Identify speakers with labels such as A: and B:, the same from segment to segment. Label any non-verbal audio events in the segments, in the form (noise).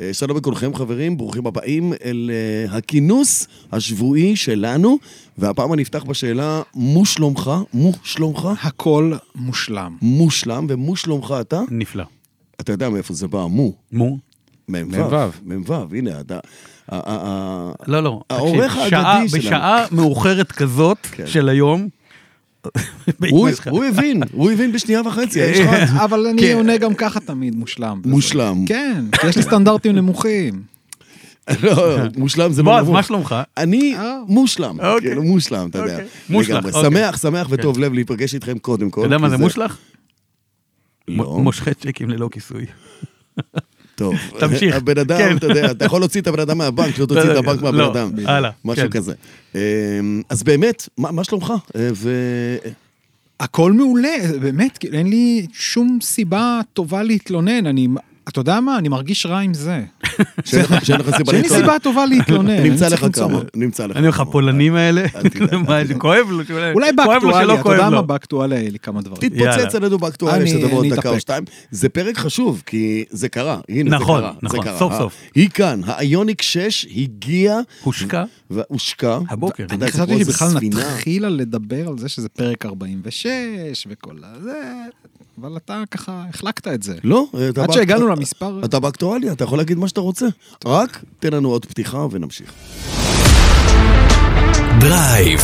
A: אה, שלום לכולכם חברים, ברוכים הבאים אל אה, הכינוס השבועי שלנו, והפעם אני אפתח בשאלה, מו שלומך? מו שלומך?
B: הכל (laughs) מושלם.
A: מושלם, ומו שלומך אתה?
C: נפלא.
A: אתה יודע מאיפה זה בא, מו.
C: מו?
A: מ"ו.
B: מ"ו.
A: מ"ו, הנה, אתה... ה- ה- ה-
C: (laughs) לא, לא.
A: העורך
C: תקשיב,
A: האגדי
C: שעה-
A: שלנו.
C: בשעה מאוחרת כזאת
A: כן.
C: של היום,
A: הוא- הוא הבין, הוא הבין בשנייה וחצי, האיש חד.
B: אבל אני עונה גם ככה תמיד כן. מושלם. בזה.
A: מושלם.
B: כן, כי יש לי סטנדרטים נמוכים.
C: (laughs)
A: לא, מושלם זה לא
C: בועז,
A: נמוך.
C: מה שלומך?
A: אני
B: אה.
A: מושלם,
C: אוקיי.
A: כאילו מושלם, אתה יודע.
C: אוקיי. מושלם,
A: לגמרי.
C: אוקיי.
A: שמח, שמח וטוב לב להיפגש איתכם קודם כל.
C: אתה יודע
A: כי
C: מה זה מושלח?
A: אוקיי, לא. נכון,
C: מ- מושכי צ'קים ללא כיסוי.
A: טוב.
C: תמשיך.
A: הבן אדם,
C: כן.
A: אתה יודע, אתה יכול להוציא את הבן אדם מהבנק, לא תוציא את
C: לא,
A: הבנק
C: לא,
A: מהבן אדם.
C: הלאה,
A: משהו
C: כן.
A: כזה. אמ, אז באמת, מה מה שלומך? אה, ו-
B: הכל מעולה, באמת, כאילו, אין לי שום סיבה טובה להתלונן. אני, אתה יודע מה, אני מרגיש רע עם
D: (laughs)
B: זה.
A: שאין לך- שאין לך סיבה
B: שאין לי
A: להתלונן.
B: סיבה טובה להתלונן. אני
A: נמצא
B: צריך
A: לך
B: למצוא.
A: כמה, נמצא לך
C: אני אומר לך,
A: כמה.
C: הפולנים האלה,
A: תדאג, אל
C: מה, כואב לו, שאולי-
B: אולי
C: כואב לו
B: באקטואליה,
C: שלא
B: אתה יודע מה,
C: כואב לו.
B: באקטואליה היה לי כמה דברים.
A: תתפוצץ
C: יאללה.
A: עלינו באקטואליה
B: אני-
A: שאתה תבוא עוד
B: אני
A: דקה או
B: אתאפק.
A: שתיים. זה פרק חשוב, כי זה קרה. הנה,
C: נכון,
A: זה קרה. זה
C: נכון,
A: קרה.
C: סוף
A: ה-
C: סוף.
A: היא כאן, האיוניק 6 הגיע
C: הושקע?
A: והושקע.
C: הבוקר.
A: אתה יודע,
B: אני
A: זה כמו
B: חשבתי
A: איזה
B: שבכלל
A: ספינה.
B: נתחיל לדבר על זה שזה פרק 46 וכל הזה, אבל אתה ככה החלקת את זה.
A: לא, אתה
B: עד
A: בא-
B: שהגענו
A: אתה-
B: למספר...
A: אתה באקטואליה, אתה יכול להגיד מה שאתה רוצה. רק תן לנו עוד פתיחה ונמשיך.
E: דרייב.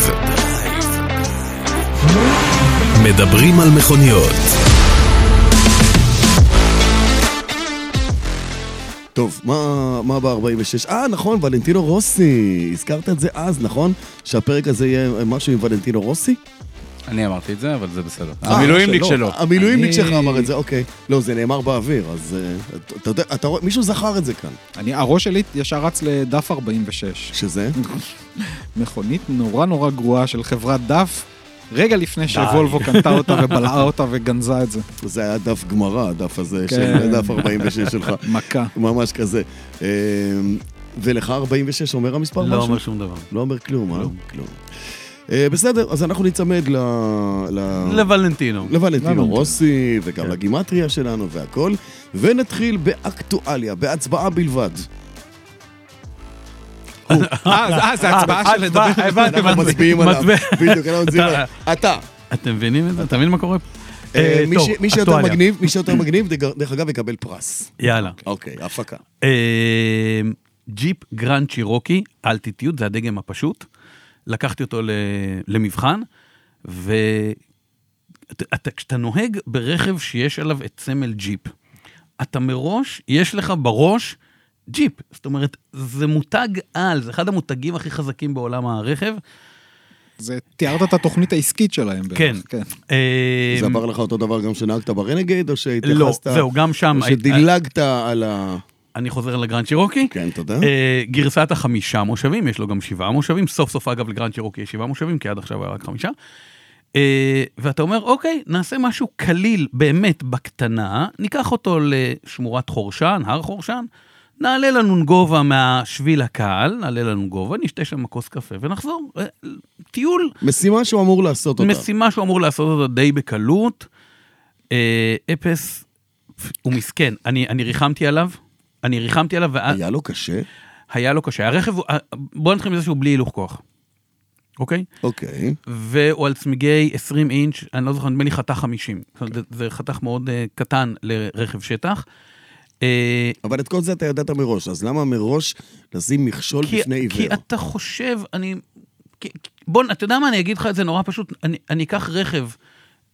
E: מדברים על מכוניות.
A: טוב, מה, מה ב-46? אה, נכון, ולנטינו רוסי. הזכרת את זה אז, נכון? שהפרק הזה יהיה משהו עם ולנטינו רוסי?
D: אני אמרתי את זה, אבל זה בסדר.
A: אה,
D: המילואימניק שלו.
A: המילואימניק
B: אני-
A: שלך אמר את זה, אוקיי. לא, זה נאמר באוויר, אז אה, אתה- אתה יודע, אתה רואה, מישהו זכר את זה כאן.
B: אני, הראש שלי ישר רץ לדף 46.
A: שזה?
B: מכונית נורא נורא גרועה של חברת דף, רגע לפני שוולבו קנתה אותה ובלעה אותה וגנזה
C: (laughs)
B: את זה.
A: זה היה דף גמרא, הדף הזה,
B: כן.
A: של דף 46 שלך.
B: מכה.
A: ממש כזה. אה, ולך 46 אומר המספר
C: לא
A: משהו?
C: אומר שום דבר.
A: לא אומר כלום, אה? כלום. אה, בסדר, אז אנחנו ניצמד ל... ל-
C: לוולנטינו.
A: לא.
C: כן.
A: לוולנטינו
B: לוולנטינו.
A: רוסי, וגם לגימטריה שלנו והכל, ונתחיל באקטואליה, בהצבעה בלבד.
B: אה, זה הצבעה של לדבר.
C: הצבעה, הבנתם,
A: אנחנו מצביעים עליו,
C: מצביע.
A: בדיוק, אנחנו מצביעים עליו. אתה,
C: אתם מבינים את זה? אתה מבין מה קורה?
A: אה,
C: אה,
A: מי
C: טוב,
A: ש- מי שיותר
C: אקטואליה.
A: מגניב, מי שיותר מגניב, דג- דרך אגב, יקבל פרס.
C: יאללה.
A: אוקיי, הפקה.
C: אה, ג'יפ גרנד צ'ירוקי, אלטיטיוד, זה הדגם הפשוט. לקחתי אותו ל- למבחן, וכשאתה נוהג ברכב שיש עליו את סמל ג'יפ, אתה מראש, יש לך בראש ג'יפ. זאת אומרת, זה מותג על, זה אחד המותגים הכי חזקים בעולם הרכב.
B: זה, תיארת את התוכנית העסקית שלהם. בערך,
C: כן. אה,
A: זה עבר לך אותו דבר גם שנהגת ברנגייד, או שהתייחסת...
C: לא, זהו, גם שם.
A: או שדילגת על ה...
C: אני חוזר לגרנד צ'ירוקי.
A: כן, תודה.
C: אה, גרסת החמישה מושבים, יש לו גם שבעה מושבים, סוף סוף אגב לגרנד צ'ירוקי יש שבעה מושבים, כי עד עכשיו היה רק חמישה. אה, ואתה אומר, אוקיי, נעשה משהו קליל באמת בקטנה, ניקח אותו לשמורת חורשן, הר חורשן, נעלה לנונגובה מהשביל הקהל, נעלה לנונגובה, נשתה שם כוס קפה ונחזור. אה, טיול
A: משימה שהוא אמור לעשות אותה.
C: משימה שהוא אמור לעשות אותה די בקלות. אה, אפס, הוא מסכן. אני, אני ריחמתי עליו, אני ריחמתי עליו, והיה
A: היה לו קשה?
C: היה לו קשה. הרכב, הוא- בוא נתחיל מזה שהוא בלי הילוך כוח, אוקיי?
A: אוקיי.
C: והוא על צמיגי 20 אינץ', אני לא זוכר, נדמה לי חתך 50. זאת אומרת, זה, זה חתך מאוד אה, קטן לרכב שטח. אה,
A: אבל את כל זה אתה ידעת מראש, אז למה מראש לשים מכשול
C: כי,
A: בפני עיוור?
C: כי אתה חושב, אני... כי, בוא, אתה יודע מה, אני אגיד לך את זה נורא פשוט. אני, אני אקח רכב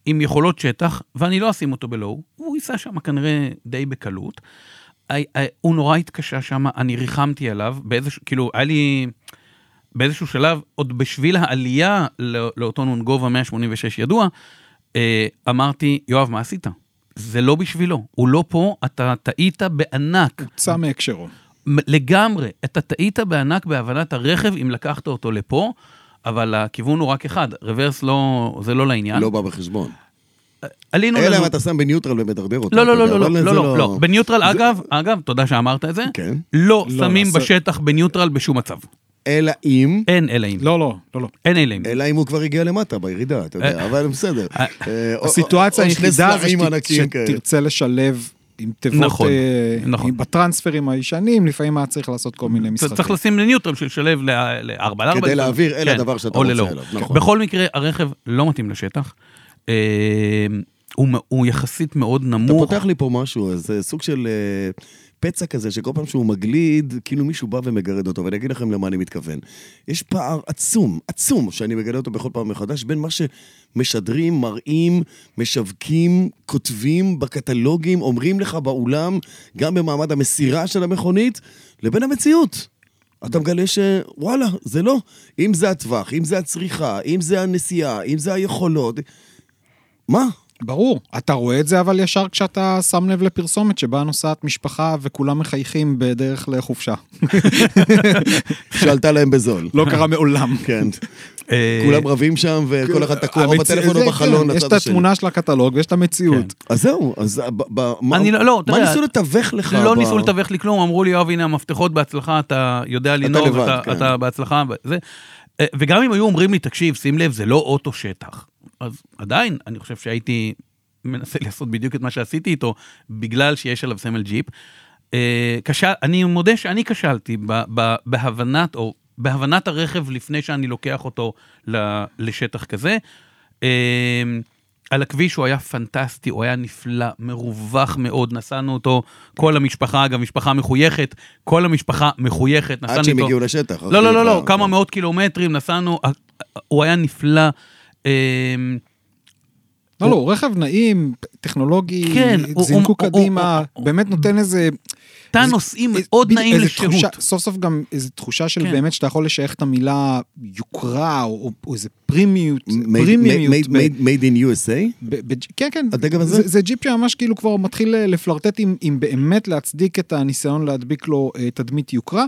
C: עם יכולות שטח, ואני לא אשים אותו בלואו, והוא ייסע שם כנראה די בקלות. הי- הי- הוא נורא התקשה שם, אני ריחמתי עליו, באיזשהו, כאילו, היה לי... באיזשהו שלב, עוד בשביל העלייה לא- לאותו נונגובה 186 ידוע, אה, אמרתי, יואב, מה עשית? זה לא בשבילו, הוא לא פה, אתה טעית בענק.
B: הוצא מהקשרו.
C: מ- לגמרי, אתה טעית בענק בהבנת הרכב אם לקחת אותו לפה, אבל הכיוון הוא רק אחד, רוורס לא, זה לא לעניין.
A: לא בא בחשבון.
C: עלינו
A: אלא
C: לנו-
A: אם אתה שם בניוטרל ומדרדר אותו.
C: לא,
A: אתה
C: לא, לא,
A: יודע,
C: לא, לא,
A: אבל זה
C: לא, לא, לא. בניוטרל, אגב, אגב, תודה שאמרת את זה,
A: כן.
C: לא
B: לא,
C: שמים
B: נעשה-
C: בשטח בניוטרל בשום מצב.
A: אלא אם...
C: אין אלא אם.
B: לא, לא, לא, לא.
C: אין אלא אם.
A: אלא אם הוא כבר הגיע למטה בירידה, אתה יודע, אבל בסדר. אה, או-
B: הסיטואציה
A: או- או שני
B: היחידה זה
A: סלעים
B: שת-
A: ענקיים כאלה.
B: שתרצה לשלב עם תיבות,
C: נכון,
B: אה,
C: נכון.
B: עם- בטרנספרים הישנים, לפעמים היה צריך לעשות כל מיני
C: אתה
B: משחקים.
C: צריך לשים לניוטרל של שלב לארבע לארבע.
A: כדי להעביר אל
C: כן,
A: הדבר שאתה
C: או
A: רוצה
C: ללא.
A: אליו,
C: כן.
A: נכון.
C: בכל מקרה, הרכב לא מתאים לשטח. אה, הוא מ- הוא יחסית מאוד
A: אתה
C: נמוך.
A: פותח לי פה משהו, אז זה סוג של אה, פצע כזה, שכל פעם שהוא מגליד, כאילו מישהו בא ומגרד אותו, ואני אגיד לכם למה אני מתכוון. יש פער עצום, עצום, שאני מגרד אותו בכל פעם מחדש, בין מה שמשדרים, מראים, משווקים, כותבים בקטלוגים, אומרים לך באולם, גם במעמד המסירה של המכונית, לבין המציאות. אתה מגלה שוואלה, זה לא. אם זה הטווח, אם זה הצריכה, אם זה הנסיעה, אם זה היכולות, מה?
B: ברור. אתה רואה את זה אבל ישר כשאתה שם לב לפרסומת שבה נוסעת משפחה וכולם מחייכים בדרך לחופשה.
A: שעלתה להם בזול.
C: (laughs)
B: לא קרה מעולם.
A: כן.
C: אה,
A: כולם רבים שם, וכל אחד תקוע או
B: המציא-
A: בטלפון
B: זה,
A: או
B: כן,
A: בחלון
B: יש
A: לצד
B: את
A: השני.
B: התמונה של הקטלוג ויש את המציאות.
A: אז זהו, אז אה, ב- ב- מה-
C: אני לא- לא, אתה
A: מה
C: יודע,
A: ניסו לתווך לך?
C: לא
A: ב-
C: ניסו לתווך לי כלום, אמרו לי, יואב, הנה המפתחות, בהצלחה, אתה יודע לנהוג,
A: לבד,
C: אתה,
A: כן.
C: אתה בהצלחה, זה. אה, וגם אם היו אומרים לי, תקשיב, שים לב, זה לא אוטו שטח. אז עדיין, אני חושב שהייתי מנסה (laughs) לעשות בדיוק את מה שעשיתי איתו, בגלל שיש עליו סמל ג'יפ. אה, קשה, אני מודה שאני כשלתי ב, ב, בהבנת, או בהבנת הרכב לפני שאני לוקח אותו ל, לשטח כזה. אה, על הכביש הוא היה פנטסטי, הוא היה נפלא, מרווח מאוד, נסענו אותו, כל המשפחה, אגב, משפחה מחויכת, כל המשפחה מחויכת, נסענו
A: עד
C: איתו.
A: שהם הגיעו לשטח. אחי,
C: לא, לא, לא, לא,
A: כבר-
C: כמה מאות קילומטרים נסענו, אה, אה, הוא היה נפלא. אה,
B: לא, לא, רכב נעים, טכנולוגי,
C: כן, הוא-
B: זינקו
C: הוא-
B: קדימה,
C: הוא- הוא-
B: באמת נותן איזה...
C: תא
B: איזה-
C: נוסעים
B: איזה-
C: מאוד
B: בדיוק,
C: נעים
B: איזה
C: לשהות.
B: תחושה- סוף סוף גם איזו תחושה של
C: כן.
B: באמת שאתה יכול לשייך את המילה יוקרה, או או- או איזה פרימיות,
A: Made-
B: פרימימיות.
A: made-
B: ב-
A: made- made in USA?
B: ב- ב- כן, כן.
A: הדגם הזה?
B: זה, זה ג'יפ שממש כאילו כבר מתחיל אה, לפלרטט עם, עם באמת להצדיק את הניסיון להדביק לו אה, תדמית יוקרה,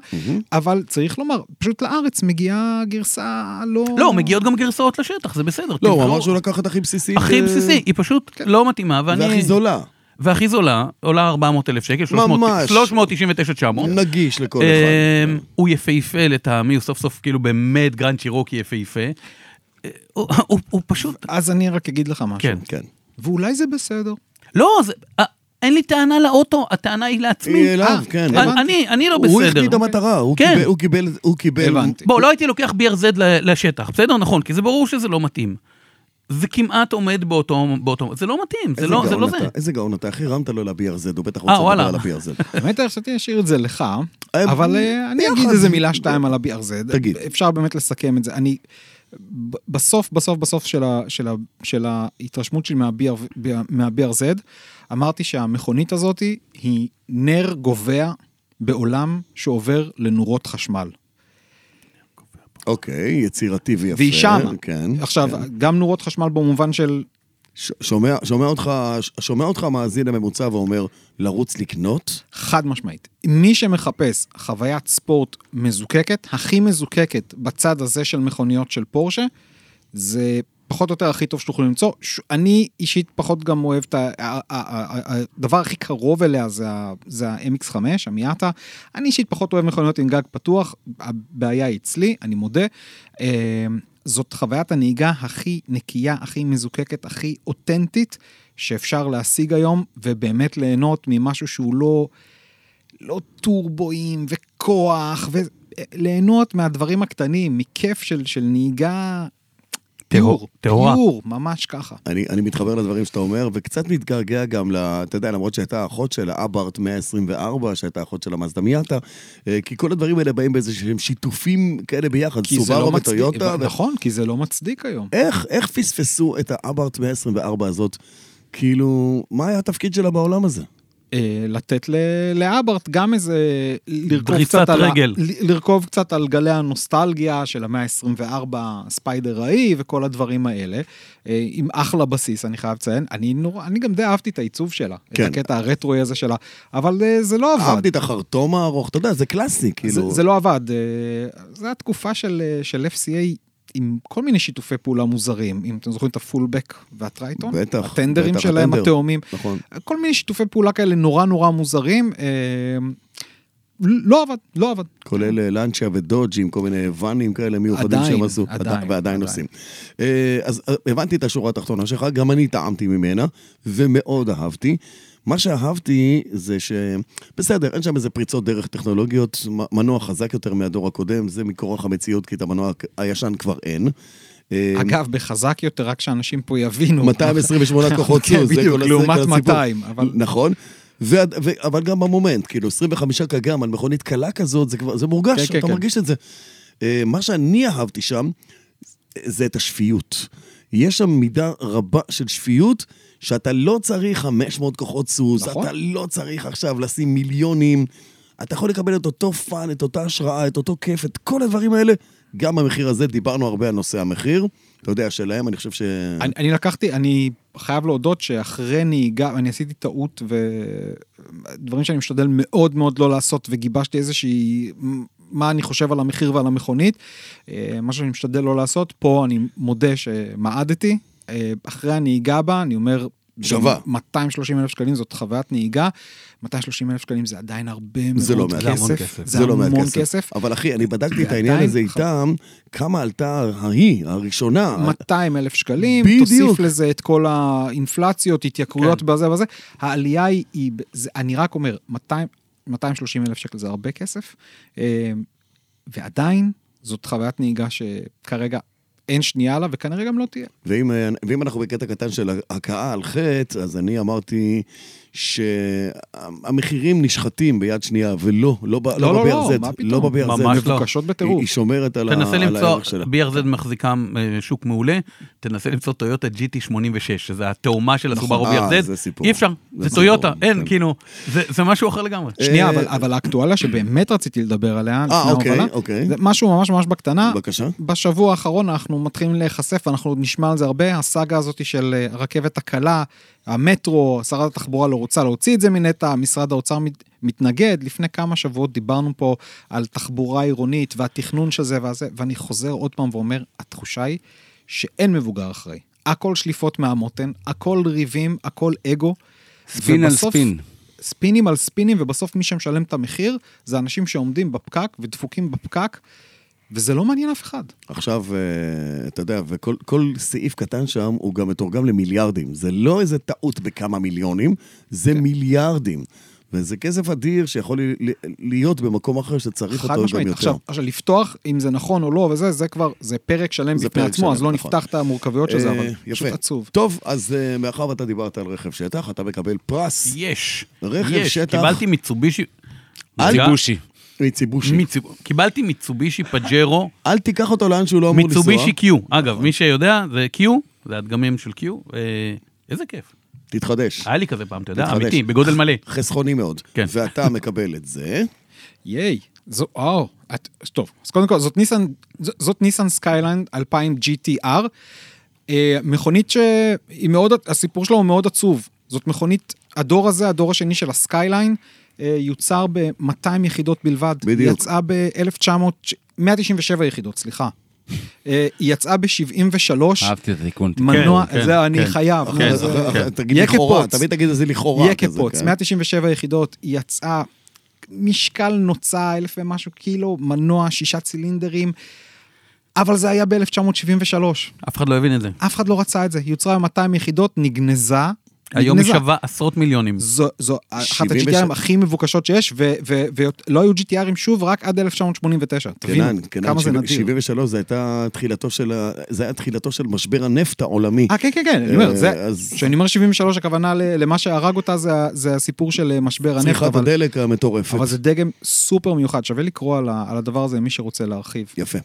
B: אבל צריך לומר, פשוט לארץ מגיעה גרסה לא...
C: לא, מגיעות גם גרסאות לשטח, זה בסדר.
A: לא, הוא
C: תבחרו.
A: אמר שהוא לא לקח את הכי בסיסי.
C: הכי
A: ו-
C: בסיסי, היא פשוט לא מתאימה, ואני...
A: כן. והכי זולה.
C: והכי זולה, עולה 400 אלף שקל, 300
A: ממש.
C: 399,900.
A: נגיש לכל אחד.
C: אמ, הוא יפהפה לטעמי, הוא סוף סוף כאילו באמת גרנד שירוקי יפהפה. אה, הוא- הוא הוא פשוט,
B: אז אני רק אגיד לך משהו.
C: כן.
A: כן.
B: ואולי זה בסדר.
C: לא, זה- אה, אין לי טענה לאוטו, הטענה היא לעצמי.
A: היא אליו,
B: אה,
A: כן.
B: הבנתי.
C: אני- אני- אני לא
A: הוא
C: בסדר.
A: החטיא את המטרה, הוא
C: כן.
A: קיבל- הוא קיבל- הוא קיבל...
B: הבנתי.
C: בוא, לא הייתי לוקח BRZ ל- לשטח, בסדר? נכון, כי זה ברור שזה לא מתאים. זה כמעט עומד באותו, באותו, זה לא מתאים, זה
A: איזה
C: לא זה.
A: גאון
C: לא זה. אה,
A: אתה, איזה גאון אתה, אחי, רמת לו ל-BRZ, הוא בטח רוצה לדבר
C: וואלה.
A: על ה-BRZ.
B: באמת חשבתי להשאיר את זה לך,
A: אה,
B: אבל אה, אני
A: ביחד.
B: אגיד איזה מילה שתיים על ה-BRZ.
A: תגיד.
B: אפשר באמת לסכם את זה. אני, ב- בסוף, בסוף, בסוף של, ה, של, ה, של ההתרשמות שלי מה-BR- מה-BRZ, אמרתי שהמכונית הזאת היא נר גובע בעולם שעובר לנורות חשמל.
A: אוקיי, יצירתי ויפה.
B: והיא שמה.
A: כן.
B: עכשיו, גם נורות חשמל במובן של
A: ש- שומע, שומע אותך, ש- שומע אותך המאזין הממוצע ואומר, לרוץ לקנות?
B: חד משמעית. מי שמחפש חוויית ספורט מזוקקת, הכי מזוקקת בצד הזה של מכוניות של פורשה, זה פחות או יותר הכי טוב שאתם יכולים למצוא. ש- אני אישית פחות גם אוהב את ה... ה- ה- ה- ה- הדבר הכי קרוב אליה זה ה- זה ה-MX5, המיאטה. אני אישית פחות אוהב מכוניות עם גג פתוח, הבעיה היא אצלי, אני מודה. אה, זאת חוויית הנהיגה הכי נקייה, הכי מזוקקת, הכי אותנטית שאפשר להשיג היום, ובאמת ליהנות ממשהו שהוא לא... לא טורבואים וכוח, וליהנות מהדברים הקטנים, מכיף של, של נהיגה...
C: טהור-
B: פיור,
C: טהורה.
B: פיור, ממש ככה.
A: אני, אני מתחבר לדברים שאתה אומר, וקצת מתגעגע גם ל... אתה יודע, למרות שהייתה אחות של האברט 124, שהייתה אחות של המאזדה מיאטה, אה, כי כל הדברים האלה באים באיזה שהם שיתופים כאלה ביחד,
B: כי זה לא
A: סובארו
B: מצדיק,
A: וטויוטה. ו-
B: נכון, כי זה לא מצדיק היום.
A: איך, איך פספסו את האברט 124 הזאת? כאילו, מה היה התפקיד שלה בעולם הזה?
B: אה, לתת ל- לאברט גם איזה... לרכוב
C: דריסת
B: קצת על ה-
C: רגל.
B: ל- לרכוב קצת על גלי הנוסטלגיה של המאה ה-24, ספיידר האי וכל הדברים האלה. אה, עם אחלה בסיס, אני חייב לציין. אני, נור... אני גם די אהבתי את העיצוב שלה.
A: כן.
B: את הקטע הרטרואי הזה שלה. אבל אה, זה לא עבד.
A: אהבתי את החרטום הארוך, אתה יודע, זה קלאסי, כאילו.
B: זה, זה לא עבד. זו הייתה תקופה של, אה, של FCA עם כל מיני שיתופי פעולה מוזרים. אם אתם זוכרים את הפולבק והטרייטון,
A: בטח,
B: הטנדרים
A: בטח,
B: שלהם,
A: הטנדר.
B: התאומים,
A: נכון.
B: כל מיני שיתופי פעולה כאלה נורא נורא מוזרים. אה, לא עבד, לא עבד.
A: כולל אה, לנצ'ה ודודג'י עם כל מיני ואנים כאלה מיוחדים
B: עדיין,
A: שהם עשו,
B: עדיין,
A: עדיין, ועדיין
B: עדיין.
A: עושים. אה, אז אה, הבנתי את השורה התחתונה שלך, גם אני טעמתי ממנה, ומאוד אהבתי. מה שאהבתי זה ש... בסדר, אין שם איזה פריצות דרך טכנולוגיות, מ- מנוע חזק יותר מהדור הקודם, זה מכורח המציאות, כי את המנוע הק- הישן כבר אין. אה,
B: אגב, בחזק יותר, רק שאנשים פה יבינו.
A: 228 כוחות
B: (laughs) כן,
A: סוס, זה
B: בדיוק,
A: כל- זה
B: לעומת
A: כל הסיפור.
B: 200, אבל-
A: נכון. וה- ו- אבל גם במומנט, כאילו, 25 קגם על מכונית קלה כזאת, זה כבר, זה מורגש,
B: כן, כן,
A: אתה
B: כן.
A: מרגיש את זה. אה, מה שאני אהבתי שם, זה את השפיות. יש שם מידה רבה של שפיות, שאתה לא צריך 500 כוחות סוס,
B: נכון.
A: אתה לא צריך עכשיו לשים מיליונים. אתה יכול לקבל את אותו פאן, את אותה השראה, את אותו כיף, את כל הדברים האלה. גם במחיר הזה, דיברנו הרבה על נושא המחיר. אתה יודע, שלהם, אני חושב ש...
B: אני, אני לקחתי, אני חייב להודות שאחרי נהיגה, אני עשיתי טעות ודברים שאני משתדל מאוד מאוד לא לעשות, וגיבשתי איזושהי, מה אני חושב על המחיר ועל המכונית. אה, מה שאני משתדל לא לעשות, פה אני מודה שמעדתי. אה, אחרי הנהיגה בה, אני אומר...
A: שווה.
B: 230 אלף שקלים זאת חוויית נהיגה, 230 אלף שקלים זה עדיין הרבה מאוד כסף.
A: זה לא מעט.
D: זה המון כסף.
B: זה המון
A: מעט
B: כסף.
A: אבל אחי, אני בדקתי את
B: ועדיין
A: העניין הזה
B: ח-
A: איתם, כמה עלתה ההיא, הראשונה.
B: 200 אלף שקלים,
A: בדיוק. כן.
B: תוסיף לזה את כל האינפלציות, התייקרויות בזה וזה. העלייה היא- היא, זה- אני רק אומר, 200 230 אלף שקל זה הרבה כסף, אה, ועדיין זאת חוויית נהיגה שכרגע אין שנייה לה וכנראה גם לא תהיה.
A: ואם, אה, ואם אנחנו בקטע קטן של הכאה על חטא, אז אני אמרתי שהמחירים נשחטים ביד שנייה, ולא, לא, ב- לא,
B: לא, לא,
A: ב-BRZ,
B: מה פתאום?
A: לא ב-BRZ.
C: ממש לא.
B: מבוקשות
A: היא,
B: בטירוף.
A: היא שומרת על, ה-
C: תנסה
A: לא, על
C: למצוא,
A: הערך שלה.
C: BRZ מחזיקה אה, שוק מעולה, תנסה למצוא טויוטה GT86, שזה התאומה של הסובארו
A: אה,
C: BRZ,
A: זה סיפור.
C: אי אפשר,
A: זה
C: זה טויוטה,
A: סיפור, כן.
C: אין, כאילו, זה זה משהו אחר לגמרי.
B: שנייה,
A: אה,
B: אבל, אבל האקטואליה שבאמת רציתי לדבר עליה, לפני
A: אוקיי,
B: ההובלה,
A: אוקיי.
B: זה משהו ממש ממש בקטנה,
A: בבקשה.
B: בשבוע האחרון אנחנו מתחילים להיחשף, אנחנו עוד נשמע על זה הרבה, הסאגה הזאת של אה, הרכבת הקלה, המטרו, שרת התחבורה לא רוצה להוציא את זה מנטע, משרד האוצר מת, מתנגד. לפני כמה שבועות דיברנו פה על תחבורה עירונית והתכנון של זה והזה, ואני חוזר עוד פעם ואומר, התחושה היא שאין מבוגר אחראי. הכל שליפות מהמותן, הכל ריבים, הכל אגו.
D: ספין על
B: ובסוף-
D: ספין.
B: ספינים על ספינים, ובסוף מי שמשלם את המחיר זה אנשים שעומדים בפקק ודפוקים בפקק, וזה לא מעניין אף אחד.
A: עכשיו, אה, אתה יודע, וכל כל סעיף קטן שם הוא גם מתורגם למיליארדים. זה לא איזה טעות בכמה מיליונים, זה
B: כן.
A: מיליארדים. וזה כסף אדיר שיכול ל- ל- להיות במקום אחר שצריך
B: חד
A: אותו גם
B: משמעית.
A: יותר.
B: עכשיו, עכשיו, לפתוח, אם זה נכון או לא וזה, זה כבר, זה פרק שלם
A: זה
B: בפני
A: פרק
B: עצמו,
A: שלם,
B: אז לא
A: נכון.
B: נפתח את המורכבויות של זה,
A: אה,
B: אבל
A: יפה.
B: פשוט עצוב.
A: טוב, אז אה, מאחר ואתה דיברת על רכב שטח, אתה מקבל פרס
C: יש,
A: רכב
C: יש,
A: שטח.
C: קיבלתי מיצובישי,
A: אל-
C: רגע,
D: ציבושי.
A: מיציבושי.
C: מיצוב- קיבלתי מיצובישי
A: (laughs)
C: פג'רו,
A: אל תיקח אותו לאן שהוא לא אמור לנסוע.
C: מיצובישי Q, אגב, מי שיודע, זה Q, זה הדגמים של Q, אה, איזה כיף,
A: תתחדש.
B: אה,
C: היה לי כזה פעם, אתה יודע,
A: תתחדש.
C: אמיתי, בגודל מלא.
A: חסכוני מאוד.
C: כן.
A: ואתה מקבל את זה.
B: ייי. זו, וואו, את, טוב, אז קודם כל, זאת ניסן, ז- זאת ניסן סקייליינד 2000 GTR, אה, מכונית שהיא מאוד, הסיפור שלה הוא מאוד עצוב. זאת מכונית, הדור הזה, הדור השני של הסקייליין, אה, יוצר ב-200 יחידות בלבד.
A: בדיוק.
B: יצאה ב-1900, 197 יחידות, סליחה. אה, היא יצאה ב-73.
D: אהבתי את התיקון.
B: מנוע,
C: כן,
B: זה
C: כן,
B: אני
C: כן.
B: חייב.
C: כן,
B: זה-
A: אז- אה,
C: כן.
A: אוקיי, תגיד
B: יהיה
A: לכאורה,
B: כפוץ.
A: תמיד תגיד את זה לכאורה.
B: יהיה
A: כזה,
B: כפוץ,
A: כן.
B: 197 יחידות, היא יצאה, משקל נוצה אלף ומשהו קילו, מנוע, שישה צילינדרים, אבל זה היה ב-1973,
C: אף אחד לא הבין את זה.
B: אף אחד לא רצה את זה, היא יוצרה ב-200 יחידות, נגנזה.
C: היום היא
B: נגנזה.
C: שווה עשרות מיליונים.
B: זו, זו אחת
A: 77.
B: ה-GTRים הכי מבוקשות שיש, ולא לא היו GTRים שוב, רק עד
A: כן,
B: 1989. תבין
A: כנען, כנען,
B: כמה זה
A: שבע-
B: נדיר.
A: 73 זה הייתה תחילתו של, ה- זה היה תחילתו של משבר הנפט העולמי.
B: אה, כן, כן, כן, אני אומר,
A: אה,
B: זה-
A: אז-
B: כשאני אומר 73, הכוונה ל- למה שהרג אותה זה ה- זה הסיפור של אה, משבר הנפט.
A: צריכת
B: אבל-
A: הדלק המטורפת.
B: אבל זה דגם סופר מיוחד, שווה לקרוא על, ה, על הדבר הזה למי שרוצה להרחיב.
A: יפה.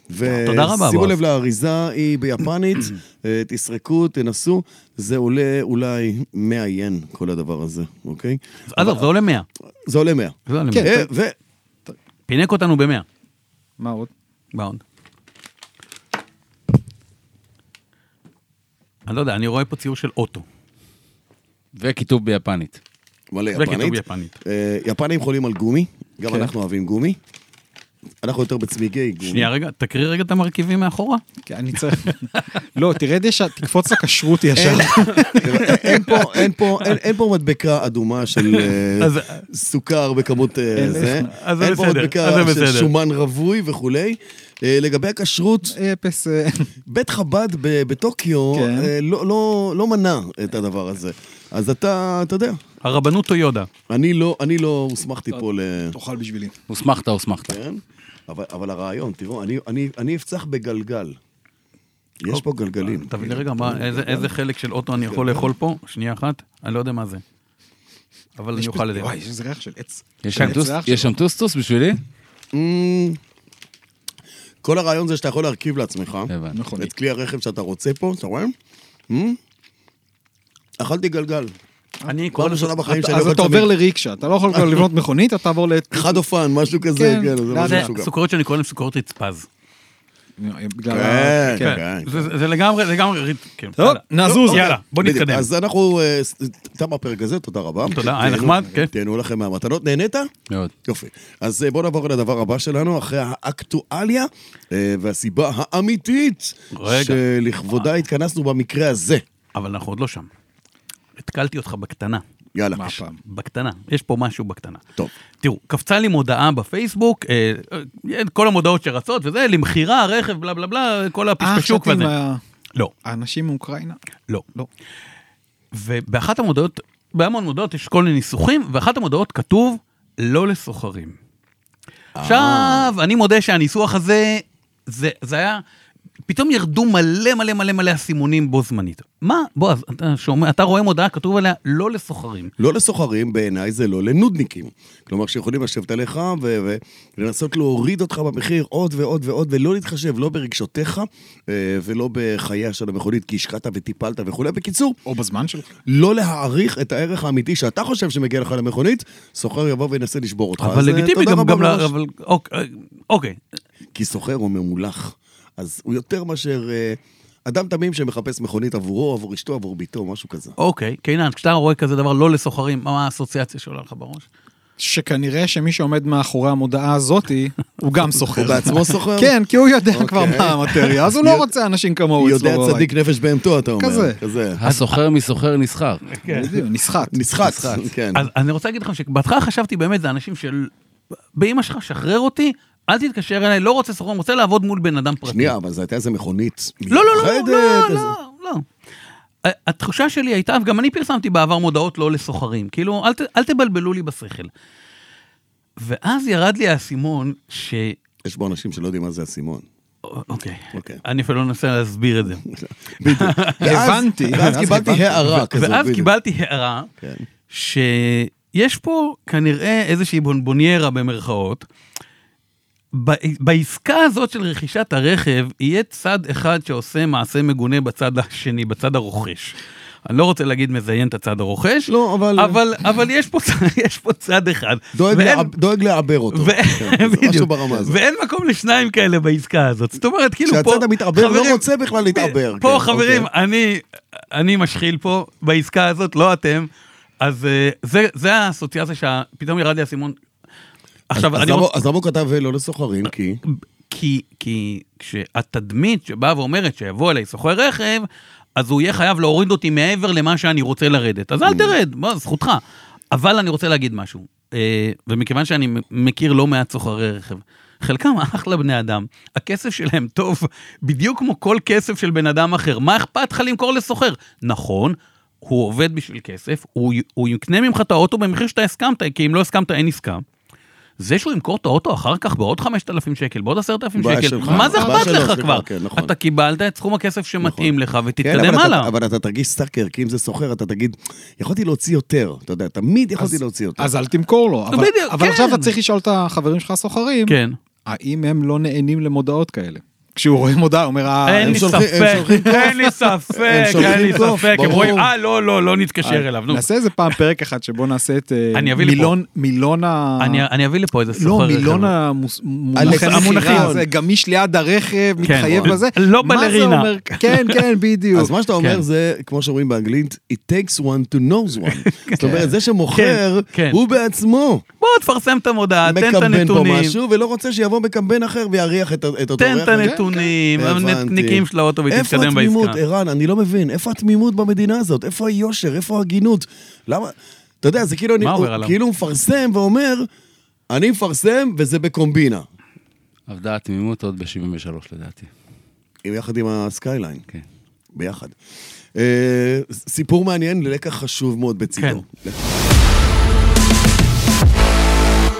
C: תודה רבה,
A: ושימו
C: בועז.
A: לב לאריזה, היא ביפנית, (clears throat) אה, תסרקו, תנסו, זה עולה אולי 100 ין, כל הדבר הזה, אוקיי?
C: עזוב, זה עולה 100.
A: זה עולה 100.
C: זה עולה
B: כן.
C: 100.
A: אה, ו-
C: פינק אותנו ב-100.
B: מה עוד?
C: באונד. אני לא יודע, אני רואה פה ציור של אוטו.
D: וכיתוב ביפנית.
A: מלא
C: זה
A: יפנית.
C: כתוב יפנית.
A: אה, יפנים חולים על גומי, גם אנחנו אוהבים גומי. אנחנו יותר בצמיגי גומי.
C: שנייה רגע, תקריא רגע את המרכיבים מאחורה.
B: כי אני צריך... לא, תרד ישר, תקפוץ לכשרות ישר.
A: אין- אין פה- אין פה- אין- אין פה מדבקה אדומה של אה,
C: אז-
A: סוכר בכמות אה,
B: אין-
A: זה.
C: אז זה
A: אין פה
C: בסדר, אז זה
A: מדבקה של
C: בסדר.
A: שומן רווי וכולי. אה, לגבי הכשרות,
B: אפס... אה,
A: בית חב"ד ב- בטוקיו
B: כן.
A: אה, לא- לא לא מנע את הדבר הזה. אז אתה, אתה יודע,
C: הרבנות טויודה.
A: אני לא, אני לא הוסמכתי פה ל...
B: תאכל בשבילי.
D: הוסמכת, הוסמכת.
A: כן? אבל, אבל הרעיון, תראו, אני, אני, אני אפצח בגלגל. יש פה גלגלים. אה,
C: תביא אוקיי. לי רגע, מה- איזה- איזה חלק של אוטו אני יכול לאכול פה? שנייה אחת, אני לא יודע מה זה. אבל אני אוכל את זה.
B: וואי, יש איזה ריח של עץ.
D: יש
B: של
D: שם
B: עץ
D: טוס-
B: ריח של-
D: יש שם טוסטוס בשבילי?
A: אמ, כל הרעיון זה שאתה יכול להרכיב לעצמך
D: הבנתי.
B: נכון.
A: את כלי הרכב שאתה רוצה פה, אתה רואה? אמ? אכלתי גלגל.
C: אני כל
A: פעם
C: הזמן...
A: ראשונה בחיים שאני
B: אז
A: אוכל
B: אתה עובר
A: צמיד.
B: לריקשה, אתה לא יכול כבר לבנות מכונית, אתה עבור ל...
A: חד אופן, משהו כזה,
B: כן,
A: כן, זה
B: לא
A: משהו
C: זה
B: יודע,
A: משוגע.
C: סוכריות שאני קורא להן סוכריות רצפז.
B: בגלל ה-
A: כן,
C: כן,
A: כן.
C: זה- זה- זה לגמרי, לגמרי... ריט- כן,
B: טוב,
C: יאללה.
B: נזוז.
C: יאללה, בוא
A: לא, בדיוק.
C: נתקדם.
A: אז אנחנו, אה, ס- תם הפרק הזה, תודה רבה.
C: תודה, היה
A: תהנו-
C: נחמד, כן.
A: תהנו לכם מהמתנות, נהנית?
D: מאוד.
A: יופי. אז אה, בואו נעבור לדבר הבא שלנו, אחרי האקטואליה אה, והסיבה האמיתית
C: רגע.
A: שלכבודה התכנסנו במקרה הזה.
C: אבל אנחנו עוד לא שם. התקלתי אותך בקטנה.
A: יאללה.
B: מה הפעם?
C: בקטנה, יש פה משהו בקטנה.
A: טוב.
C: תראו, קפצה לי מודעה בפייסבוק, אה, אה, כל המודעות שרצות וזה, למכירה, רכב, בלה בלה בלה, כל
B: אה,
C: הפשפשוק
B: חשבתי
C: וזה.
B: עם ה-
C: לא,
B: האנשים מאוקראינה?
C: לא.
B: לא.
C: ובאחת המודעות, בהמון מודעות יש כל מיני ניסוחים, ואחת המודעות כתוב לא לסוחרים.
B: אה.
C: עכשיו, אני מודה שהניסוח הזה, זה, זה היה, פתאום ירדו מלא מלא מלא מלא אסימונים בו זמנית. מה, בועז, אתה, שומע- אתה רואה מודעה כתוב עליה לא לסוחרים.
A: לא לסוחרים, בעיניי זה לא לנודניקים. כלומר, שיכולים לשבת עליך ו- ולנסות להוריד אותך במחיר עוד ועוד ועוד, ולא להתחשב לא ברגשותיך אה, ולא בחייה של המכונית, כי השקעת וטיפלת וכולי. בקיצור,
B: או בזמן שלך.
A: לא להעריך את הערך האמיתי שאתה חושב שמגיע לך למכונית, סוחר יבוא וינסה לשבור אותך.
C: אבל
A: אז, אה,
C: לגיטימי
A: תודה
C: גם,
A: רבה
C: גם ל...
A: מראש.
C: אבל, אוקיי, אוקיי,
A: כי סוחר הוא ממולח. אז הוא יותר מאשר אה, אדם תמים שמחפש מכונית עבורו, עבור אשתו, עבור ביתו, משהו כזה.
C: אוקיי, קינן, כשאתה רואה כזה דבר לא לסוחרים, מה מה האסוציאציה שעולה לך בראש?
B: שכנראה שמי שעומד מאחורי המודעה הזאתי, הוא גם סוחר.
A: הוא בעצמו סוחר?
B: כן, כי הוא יודע
A: אוקיי.
B: כבר מה המטריה, אז הוא לא
A: יודע-
B: רוצה אנשים כמוהו
A: הוא
B: אצלו
A: יודע
B: בבית.
A: צדיק נפש בהמתו, אתה אומר.
B: כזה.
A: כזה.
D: הסוחר מסוחר נסחר.
B: בדיוק, נסחט.
A: נסחט, (laughs) כן.
C: אז אני רוצה להגיד לכם שבהתחלה חשבתי באמת, זה אנשים של... באמא שלך, שחרר אותי, אל תתקשר אליי, לא רוצה סוחרים, רוצה לעבוד מול בן אדם פרטי.
A: שנייה, אבל זו הייתה איזה מכונית.
C: לא, לא, לא,
A: מיוחדת,
C: לא,
A: איזה-
C: לא, לא. ה- התחושה שלי הייתה, וגם אני פרסמתי בעבר מודעות לא לסוחרים, כאילו, אל, ת, אל תבלבלו לי בשכל. ואז ירד לי האסימון, ש...
A: יש פה אנשים שלא יודעים מה זה אסימון. (laughs)
C: אוקיי,
A: אוקיי.
C: אני אפילו לא מנסה להסביר את זה. (laughs)
A: בדיוק. ואז-
B: הבנתי,
A: ואז
B: ואז
A: קיבלתי
B: הבנתי.
A: הערה כזאת.
C: ואז
A: בדיוק.
C: קיבלתי הערה,
A: כן.
C: שיש פה כנראה איזושהי בונבוניירה במרכאות. ב- בעסקה הזאת של רכישת הרכב, יהיה צד אחד שעושה מעשה מגונה בצד השני, בצד הרוכש. אני לא רוצה להגיד מזיין את הצד הרוכש,
A: לא, אבל-
C: אבל, אבל יש, פה, צד- (laughs) יש פה צד אחד.
A: דואג
C: ואין-
A: לעב- דואג לעבר אותו.
C: (laughs) ו-
A: כן, זה משהו
C: בדיוק.
A: ברמה הזאת.
C: ואין מקום לשניים כאלה בעסקה הזאת. זאת אומרת, כאילו פה...
A: שהצד המתעבר לא
C: חברים,
A: רוצה בכלל להתעבר. כן,
C: פה חברים,
A: אוקיי.
C: אני, אני משחיל פה בעסקה הזאת, לא אתם. אז אה, זה, זה האסוציאציה שפתאום ירד לי האסימון. עכשיו,
A: אז
C: אני
A: למה-
C: רוצה...
A: אז למה הוא כתב "אה, לא לסוחרים? כי...
C: כי, כי כשהתדמית שבאה ואומרת שיבוא אליי סוחר רכב, אז הוא יהיה חייב להוריד אותי מעבר למה שאני רוצה לרדת. אז אל תרד, בוא, זכותך. אבל אני רוצה להגיד משהו, אה, ומכיוון שאני מכיר לא מעט סוחרי רכב, חלקם אחלה בני אדם, הכסף שלהם טוב, בדיוק כמו כל כסף של בן אדם אחר. מה אכפת לך למכור לסוחר? נכון, הוא עובד בשביל כסף, הוא, י- הוא יקנה ממך את האוטו במחיר שאתה הסכמת, כי אם לא הסכמת אין עסקה. זה שהוא ימכור את האוטו אחר כך בעוד 5,000 שקל, בעוד 10,000
A: בעיה
C: שקל,
A: שלך.
C: מה זה
A: בעיה
C: אכפת
A: שלו,
C: לך
A: סליחה,
C: כבר?
A: כן, נכון.
C: אתה קיבלת את סכום הכסף שמתאים לך
A: כן,
C: ותתקדם
A: אבל
C: הלאה.
A: אתה, אבל אתה תרגיש סאקר, כי אם זה סוחר, אתה תגיד, יכולתי להוציא יותר. אתה יודע, תמיד יכולתי
B: אז-
A: להוציא יותר.
B: אז אל תמכור לו. אבל-
C: בדיוק,
B: אבל
C: כן.
B: עכשיו אתה צריך לשאול את החברים שלך הסוחרים,
C: כן.
B: האם הם לא נהנים למודעות כאלה? כשהוא רואה מודעה, הוא אומר, "אה,
C: אין לי
A: שולחים- הם
C: ספק,
A: שולחים
C: (laughs) אין לי ספק, אין לי
A: שולחים קוף,
C: ספק, הם
A: ברור. אה,
C: רואים, אה, לא, לא, לא נתקשר אליו, נו.
B: (laughs) נעשה איזה פעם פרק אחד שבו נעשה את אה,
C: אני אביא לפה.
B: מילון, מילון ה...
C: אני אני אביא לפה איזה
B: לא,
C: סוחר
B: מילון
C: רכב.
B: המונחים,
C: המונחים.
B: זה גמיש ליד הרכב, מתחייב
C: כן.
B: בזה.
C: לא
B: מה זה
C: בלרינה.
B: אומר? כן,
A: (laughs)
B: כן, בדיוק.
A: אז מה שאתה אומר
C: כן.
A: זה, כמו שאומרים באנגלית, it takes one to knows
C: (laughs)
A: one. זאת אומרת, זה שמוכר,
C: כן, כן.
A: הוא בעצמו
C: בוא תפרסם את המודעה, תן את
A: מקמבן פה
C: הנתונים,
A: משהו, ולא רוצה שיבוא מקמבן אחר ויריח את ה- את אותו
C: תן
A: ריח. כן,
C: את הנתונים,
A: הבנתי.
C: הנקניקים של האוטו
A: איפה
C: ותתקדם
A: התמימות,
C: בעסקה.
A: ערן? אני לא מבין. איפה התמימות במדינה הזאת? איפה היושר? איפה ההגינות? למה... אתה יודע, זה כאילו... אני-
C: מה עובר
A: הוא
C: עליו?
A: כאילו מפרסם ואומר, אני מפרסם וזה בקומבינה.
D: עבדה התמימות עוד ב-73 לדעתי.
A: עם- יחד עם הסקייליין.
D: כן.
A: ביחד. אה, סיפור מעניין ללקח חשוב מאוד בצידו. כן.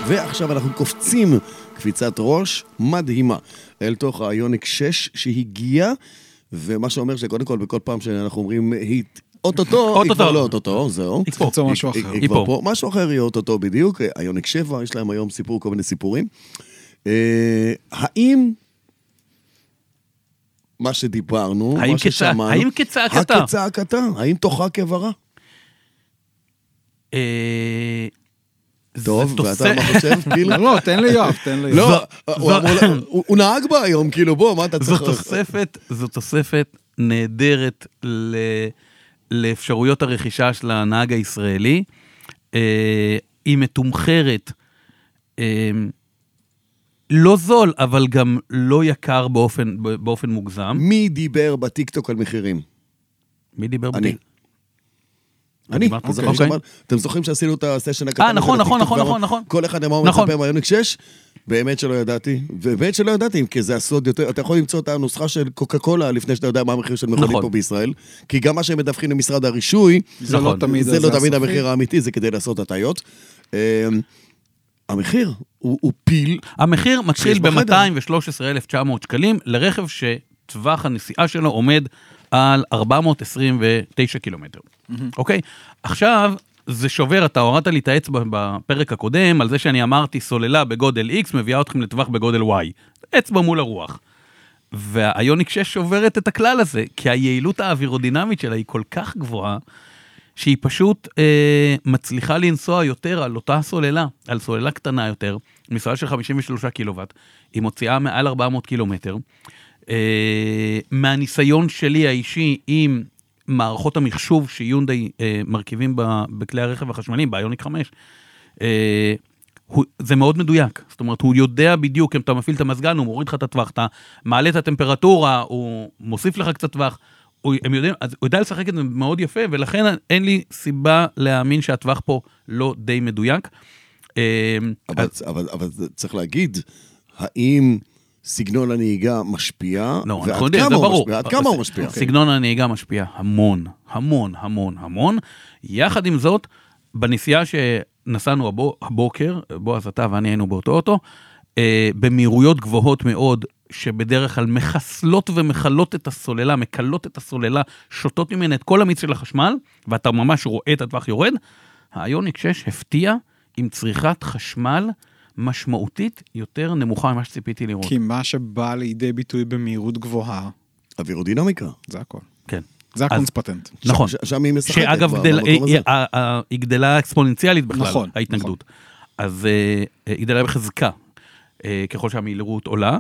A: ועכשיו אנחנו קופצים קפיצת ראש מדהימה אל תוך היונק 6 שהגיע, ומה שאומר שקודם כל, בכל פעם שאנחנו אומרים, היא אוטוטו, היא
C: אוטוטו.
A: כבר לא אוטוטו, זהו.
C: היא פה.
B: תמצאו משהו
A: היא-
B: אחר.
A: היא
C: היא
A: כבר פה.
C: פה.
A: משהו אחר יהיה אוטוטו בדיוק, היונק 7, יש להם היום סיפור, כל מיני סיפורים. אה, האם מה שדיברנו,
C: האם
A: מה
C: כצע-
A: ששמענו,
C: האם כצעקתה?
A: הכצעקתה, האם תוכה כברה?
C: אה, זה
A: טוב,
C: תוסף-
A: ואתה מה חושב? כאילו,
C: (laughs)
B: לא, לא, תן ליואב, תן ליואב.
A: לא,
C: זו-
A: הוא
C: זו-
A: אמור לה- הוא הוא נהג בה היום, כאילו, בוא, מה אתה צריך...
C: זו תוספת, זו תוספת נהדרת ל, לאפשרויות הרכישה של הנהג הישראלי. אה, היא מתומחרת, אה, לא זול, אבל גם לא יקר באופן, באופן מוגזם.
A: מי דיבר בטיקטוק על מחירים?
C: מי דיבר
A: אני.
C: בטי-
A: אני,
C: דיברת?
A: אתה זוכר
C: אוקיי.
A: שאמר- אתם זוכרים שעשינו את הסשן הקטן?
C: אה, נכון,
A: הזה
C: נכון,
A: בטיקטוק,
C: נכון,
A: ואמרנו,
C: נכון, נכון.
A: כל אחד אמר, הוא
C: נכון.
A: מצפה מהיונק 6, באמת שלא ידעתי, ובאמת שלא ידעתי, כי זה הסוד יותר, אתה יכול למצוא את הנוסחה של קוקה קולה לפני שאתה יודע מה המחיר של מכונית
C: נכון.
A: פה בישראל, כי גם מה שהם מדווחים למשרד הרישוי,
B: זה לא
C: נכון,
B: תמיד
A: זה לא תמיד
B: הסופי.
A: המחיר האמיתי, זה כדי לעשות הטעיות. אה, המחיר הוא הוא פיל
C: המחיר מתחיל
A: שיש בחדר.
C: ב-213,900 שקלים לרכב שטווח הנסיעה שלו עומד על 429 קילומטר, אוקיי? עכשיו, זה שובר, אתה הורדת לי את האצבע בפרק הקודם על זה שאני אמרתי סוללה בגודל X מביאה אתכם לטווח בגודל Y. אצבע מול הרוח. והיוניק 6 שוברת את הכלל הזה, כי היעילות האווירודינמית שלה היא כל כך גבוהה, שהיא פשוט אה, מצליחה לנסוע יותר על אותה סוללה, על סוללה קטנה יותר, מסוללה של 53 קילוואט, היא מוציאה מעל 400 קילומטר. אה, מהניסיון שלי האישי עם מערכות המחשוב שיונדאי אה, מרכיבים ב, בכלי הרכב החשמליים, ביוניק 5, אה, הוא, זה מאוד מדויק, זאת אומרת, הוא יודע בדיוק אם אתה מפעיל את המזגן, הוא מוריד לך את הטווח, אתה מעלה את הטמפרטורה, הוא מוסיף לך קצת טווח, הוא, הם יודעים, אז הוא יודע לשחק את זה מאוד יפה, ולכן אין לי סיבה להאמין שהטווח פה לא די מדויק. אה,
A: אבל, אבל, אבל זה- צריך להגיד, האם סגנון הנהיגה משפיע,
C: לא,
A: ועד
C: אנחנו יודעים,
A: כמה
C: זה
A: הוא
C: ברור. אוקיי.
A: משפיע, ועד כמה הוא משפיע.
C: סגנון הנהיגה משפיע המון, המון, המון, המון. יחד עם זאת, בנסיעה שנסענו הבו- הבוקר, בועז אתה ואני היינו באותו אוטו, אה, במהירויות גבוהות מאוד, שבדרך כלל מחסלות ומכלות את הסוללה, מקלות את הסוללה, שותות ממנה את כל המיץ של החשמל, ואתה ממש רואה את הטווח יורד, האיוניק 6 הפתיע עם צריכת חשמל משמעותית יותר נמוכה ממה שציפיתי לראות.
B: כי מה שבא לידי ביטוי במהירות גבוהה,
A: אווירודינמיקה.
B: זה הכל.
C: כן.
B: זה
C: אז-
B: הקונס פטנט.
C: נכון.
A: ש- שם היא משחקת.
C: שאגב,
A: ב-
C: גדל-
A: במקום הזה.
C: אה, אה, אה, היא גדלה אקספוננציאלית בכלל,
B: נכון,
C: ההתנגדות. אז אה, אה, היא גדלה בחזקה, אה, ככל שהמהירות עולה,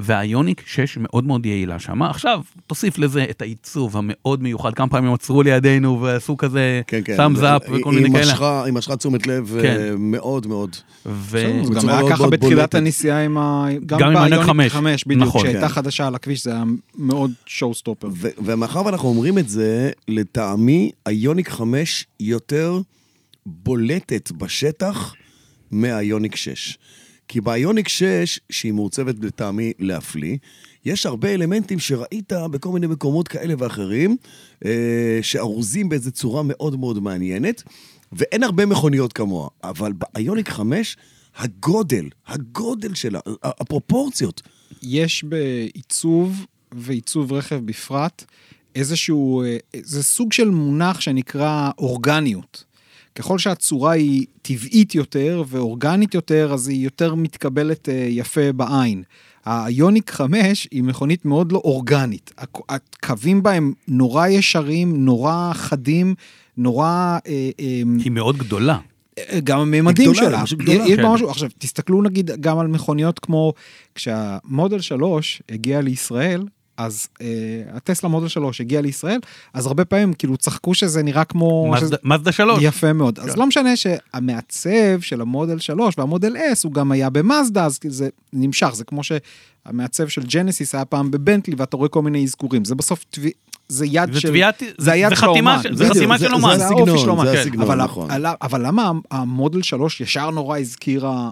C: והיוניק 6 מאוד מאוד יעילה שם. עכשיו, תוסיף לזה את העיצוב המאוד מיוחד, כמה פעמים עצרו לידינו ועשו כזה
A: כן, כן.
C: thumbs
A: זה-
C: up
A: היא-
C: וכל
A: היא
C: מיני כאלה.
A: משכה- היא משכה תשומת לב אה,
C: כן.
A: מאוד מאוד.
C: ו-
B: זה גם
A: בצורה
B: היה
A: מאוד
B: ככה
A: מאוד
B: בתחילת
A: בולטת.
B: הנסיעה עם ה... גם
C: עם
B: באיוניק
C: היונק חמש.
B: 5, בדיוק,
C: נכון.
A: כן.
B: כשהייתה חדשה על הכביש, זה היה מאוד שואו סטופר.
A: ו- ומאחר ואנחנו אומרים את זה, לטעמי, היוניק 5 יותר בולטת בשטח מהיוניק 6. כי ביוניק 6, שהיא מעוצבת לטעמי להפליא, יש הרבה אלמנטים שראית בכל מיני מקומות כאלה ואחרים, אה, שארוזים באיזו צורה מאוד מאוד מעניינת, ואין הרבה מכוניות כמוה, אבל ביוניק 5, הגודל, הגודל שלה, ה- הפרופורציות.
B: יש בעיצוב ועיצוב רכב בפרט איזשהו, אה, זה סוג של מונח שנקרא אורגניות. ככל שהצורה היא טבעית יותר ואורגנית יותר, אז היא יותר מתקבלת אה, יפה בעין. היוניק 5 היא מכונית מאוד לא אורגנית. הכ- הקווים בה הם נורא ישרים, נורא חדים, נורא... אה, אה,
C: היא מאוד גדולה.
B: גם הממדים
A: גדולה,
B: שלה,
A: היא פשוט גדולה.
B: יש
C: כן.
B: בה משהו, עכשיו תסתכלו נגיד גם על מכוניות כמו כשהמודל 3 הגיע לישראל, אז אה, הטסלה מודל 3 הגיע לישראל, אז הרבה פעמים כאילו צחקו שזה נראה כמו, שזה-
C: מזדה- מזדה 3.
B: יפה מאוד,
C: כן.
B: אז לא משנה שהמעצב של המודל 3 והמודל S הוא גם היה במאזדה, אז כאילו זה נמשך, זה כמו שהמעצב של ג'נסיס היה פעם בבנטלי ואתה רואה כל מיני אזכורים, זה בסוף טבי... זה יד
C: זה
B: של...
C: טביעת- זה-
B: היד
C: זה
B: של
C: חתימה
B: האומן.
C: של- זה
B: בדיוק,
C: חתימה של אומן.
B: זה
A: הסגנון,
B: האופי של אומן.
A: זה
C: כן.
A: הסגנון,
B: אבל,
A: נכון.
B: אבל, אבל למה המודל 3 ישר נורא הזכיר ה-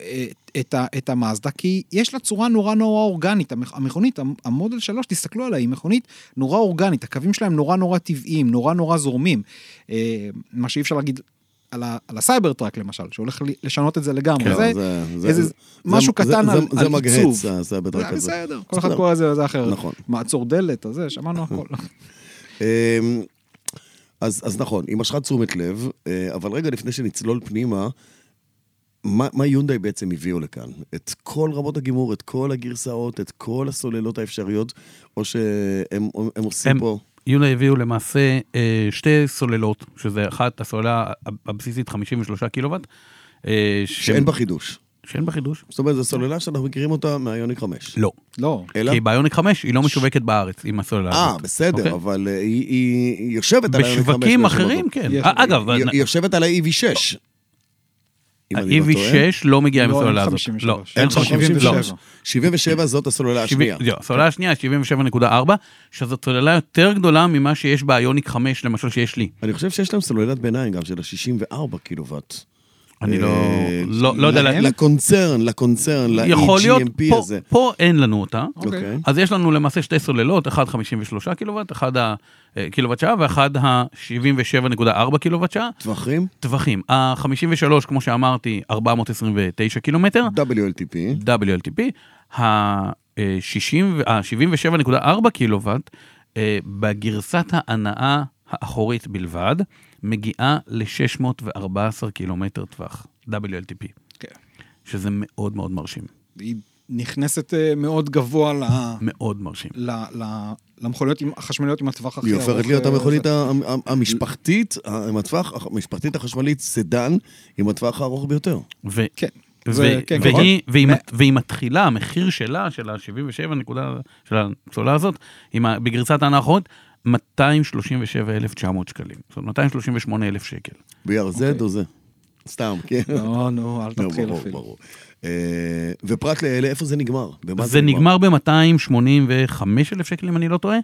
B: אה, את, ה, את המאזדה, כי יש לה צורה נורא נורא אורגנית. המכ- המכונית, המ- המודל 3, תסתכלו עליה, היא מכונית נורא אורגנית, הקווים שלהם נורא נורא טבעיים, נורא נורא זורמים. אה, מה שאי אפשר להגיד על, ה, על הסייבר טראק למשל, שהולך ל- לשנות את זה לגמרי.
A: כן,
B: זה,
A: זה- זה-
B: איזה,
A: זה-
B: משהו
A: זה-
B: קטן
A: זה-
B: על,
A: זה
B: על
A: מגהץ,
B: עיצוב.
A: זה- זה בדרך
B: זה
A: כזאת.
B: בסדר, כל אחד
A: בסדר.
B: קורא לזה זה אחרת.
A: נכון.
B: מעצור דלת, הזה, שמענו הכל.
A: (laughs)
B: אה.
A: אמ, אז, אז נכון, היא משכה תשומת לב, אה, אבל רגע לפני שנצלול פנימה, מה, מה יונדאי בעצם הביאו לכאן? את כל רמות הגימור, את כל הגרסאות, את כל הסוללות האפשריות, או שהם הם עושים
C: הם-
A: פה...
C: יונה הביאו למעשה אה, שתי סוללות, שזה אחת הסוללה הבסיסית 53 קילוואט. אה, ש-
A: שאין בה חידוש.
C: שאין בה חידוש?
A: זאת אומרת, זו סוללה שאנחנו מכירים אותה מהיוניק 5.
C: לא.
B: לא.
A: אלא?
C: כי ביוניק 5 היא לא משווקת בארץ עם הסוללה
A: אה,
C: הזאת.
A: בסדר,
C: אוקיי?
A: אבל לא אה, היא- היא היא יושבת על היוניק 5.
C: בשווקים אחרים, כן.
B: יש-
C: אה, אגב,
A: היא היא יושבת על ה-EV6.
C: ה-EV6 לא מגיעה עם
B: לא, אין
C: הסוללה הזאת.
B: 53.
C: לא,
B: אין
C: אין
B: 53.
C: 57.
A: 77 זאת הסוללה השנייה.
C: הסוללה השנייה היא 77.4, שזאת סוללה יותר גדולה ממה שיש באיוניק 5, למשל, שיש לי.
A: אני חושב שיש להם סוללת ביניים גם של ה-64 קילוואט.
C: אני לא
A: אה,
C: לא- לא יודע,
A: ל-
C: לה-
A: לקונצרן, לקונצרן,
C: יכול להיות,
A: ל-EGMP
C: פה-
A: הזה.
C: פה אין לנו אותה.
A: אוקיי.
C: אז יש לנו למעשה שתי סוללות, אחד 53 קילוואט, אחד הקילוואט שעה ואחד ה-77.4 קילוואט שעה.
A: טווחים,
C: טווחים, ה-53, כמו שאמרתי, 429 קילומטר,
A: WLTP,
C: WLTP, ה-77.4 קילוואט, אה, בגרסת ההנאה האחורית בלבד, מגיעה ל-614 קילומטר טווח, WLTP,
B: כן.
C: שזה מאוד מאוד מרשים,
B: היא נכנסת אה, מאוד גבוה ל...
C: מאוד מרשים.
B: ל, ל, למכוניות עם- החשמליות עם הטווח הכי
A: היא
B: ארוך.
A: הופכת להיות
B: אה,
A: המכונית
B: זה-
A: ה- ה- המשפחתית, ה- עם הטווח, המשפחתית החשמלית סדן, עם הטווח הארוך ביותר.
C: ו-
B: כן.
C: ו-
B: זה- כן,
C: והיא-
B: נכון.
C: והיא מת- והיא מתחילה, המחיר שלה, של ה-77 נקודה, של הצוללה הזאת, עם ה- בגרסת הענה האחרונות, 237,900 שקלים. זאת אומרת, 238,000 שקל.
A: BRZ או זה? סתם, כן.
C: אה,
B: לא, נו, אל
A: לא,
B: תתחיל
A: ברור,
B: אפילו.
A: ברור. אה, ופרט לאלה, איפה זה נגמר? במה
C: זה נגמר ב-285,000 שקל, אם אני לא טועה.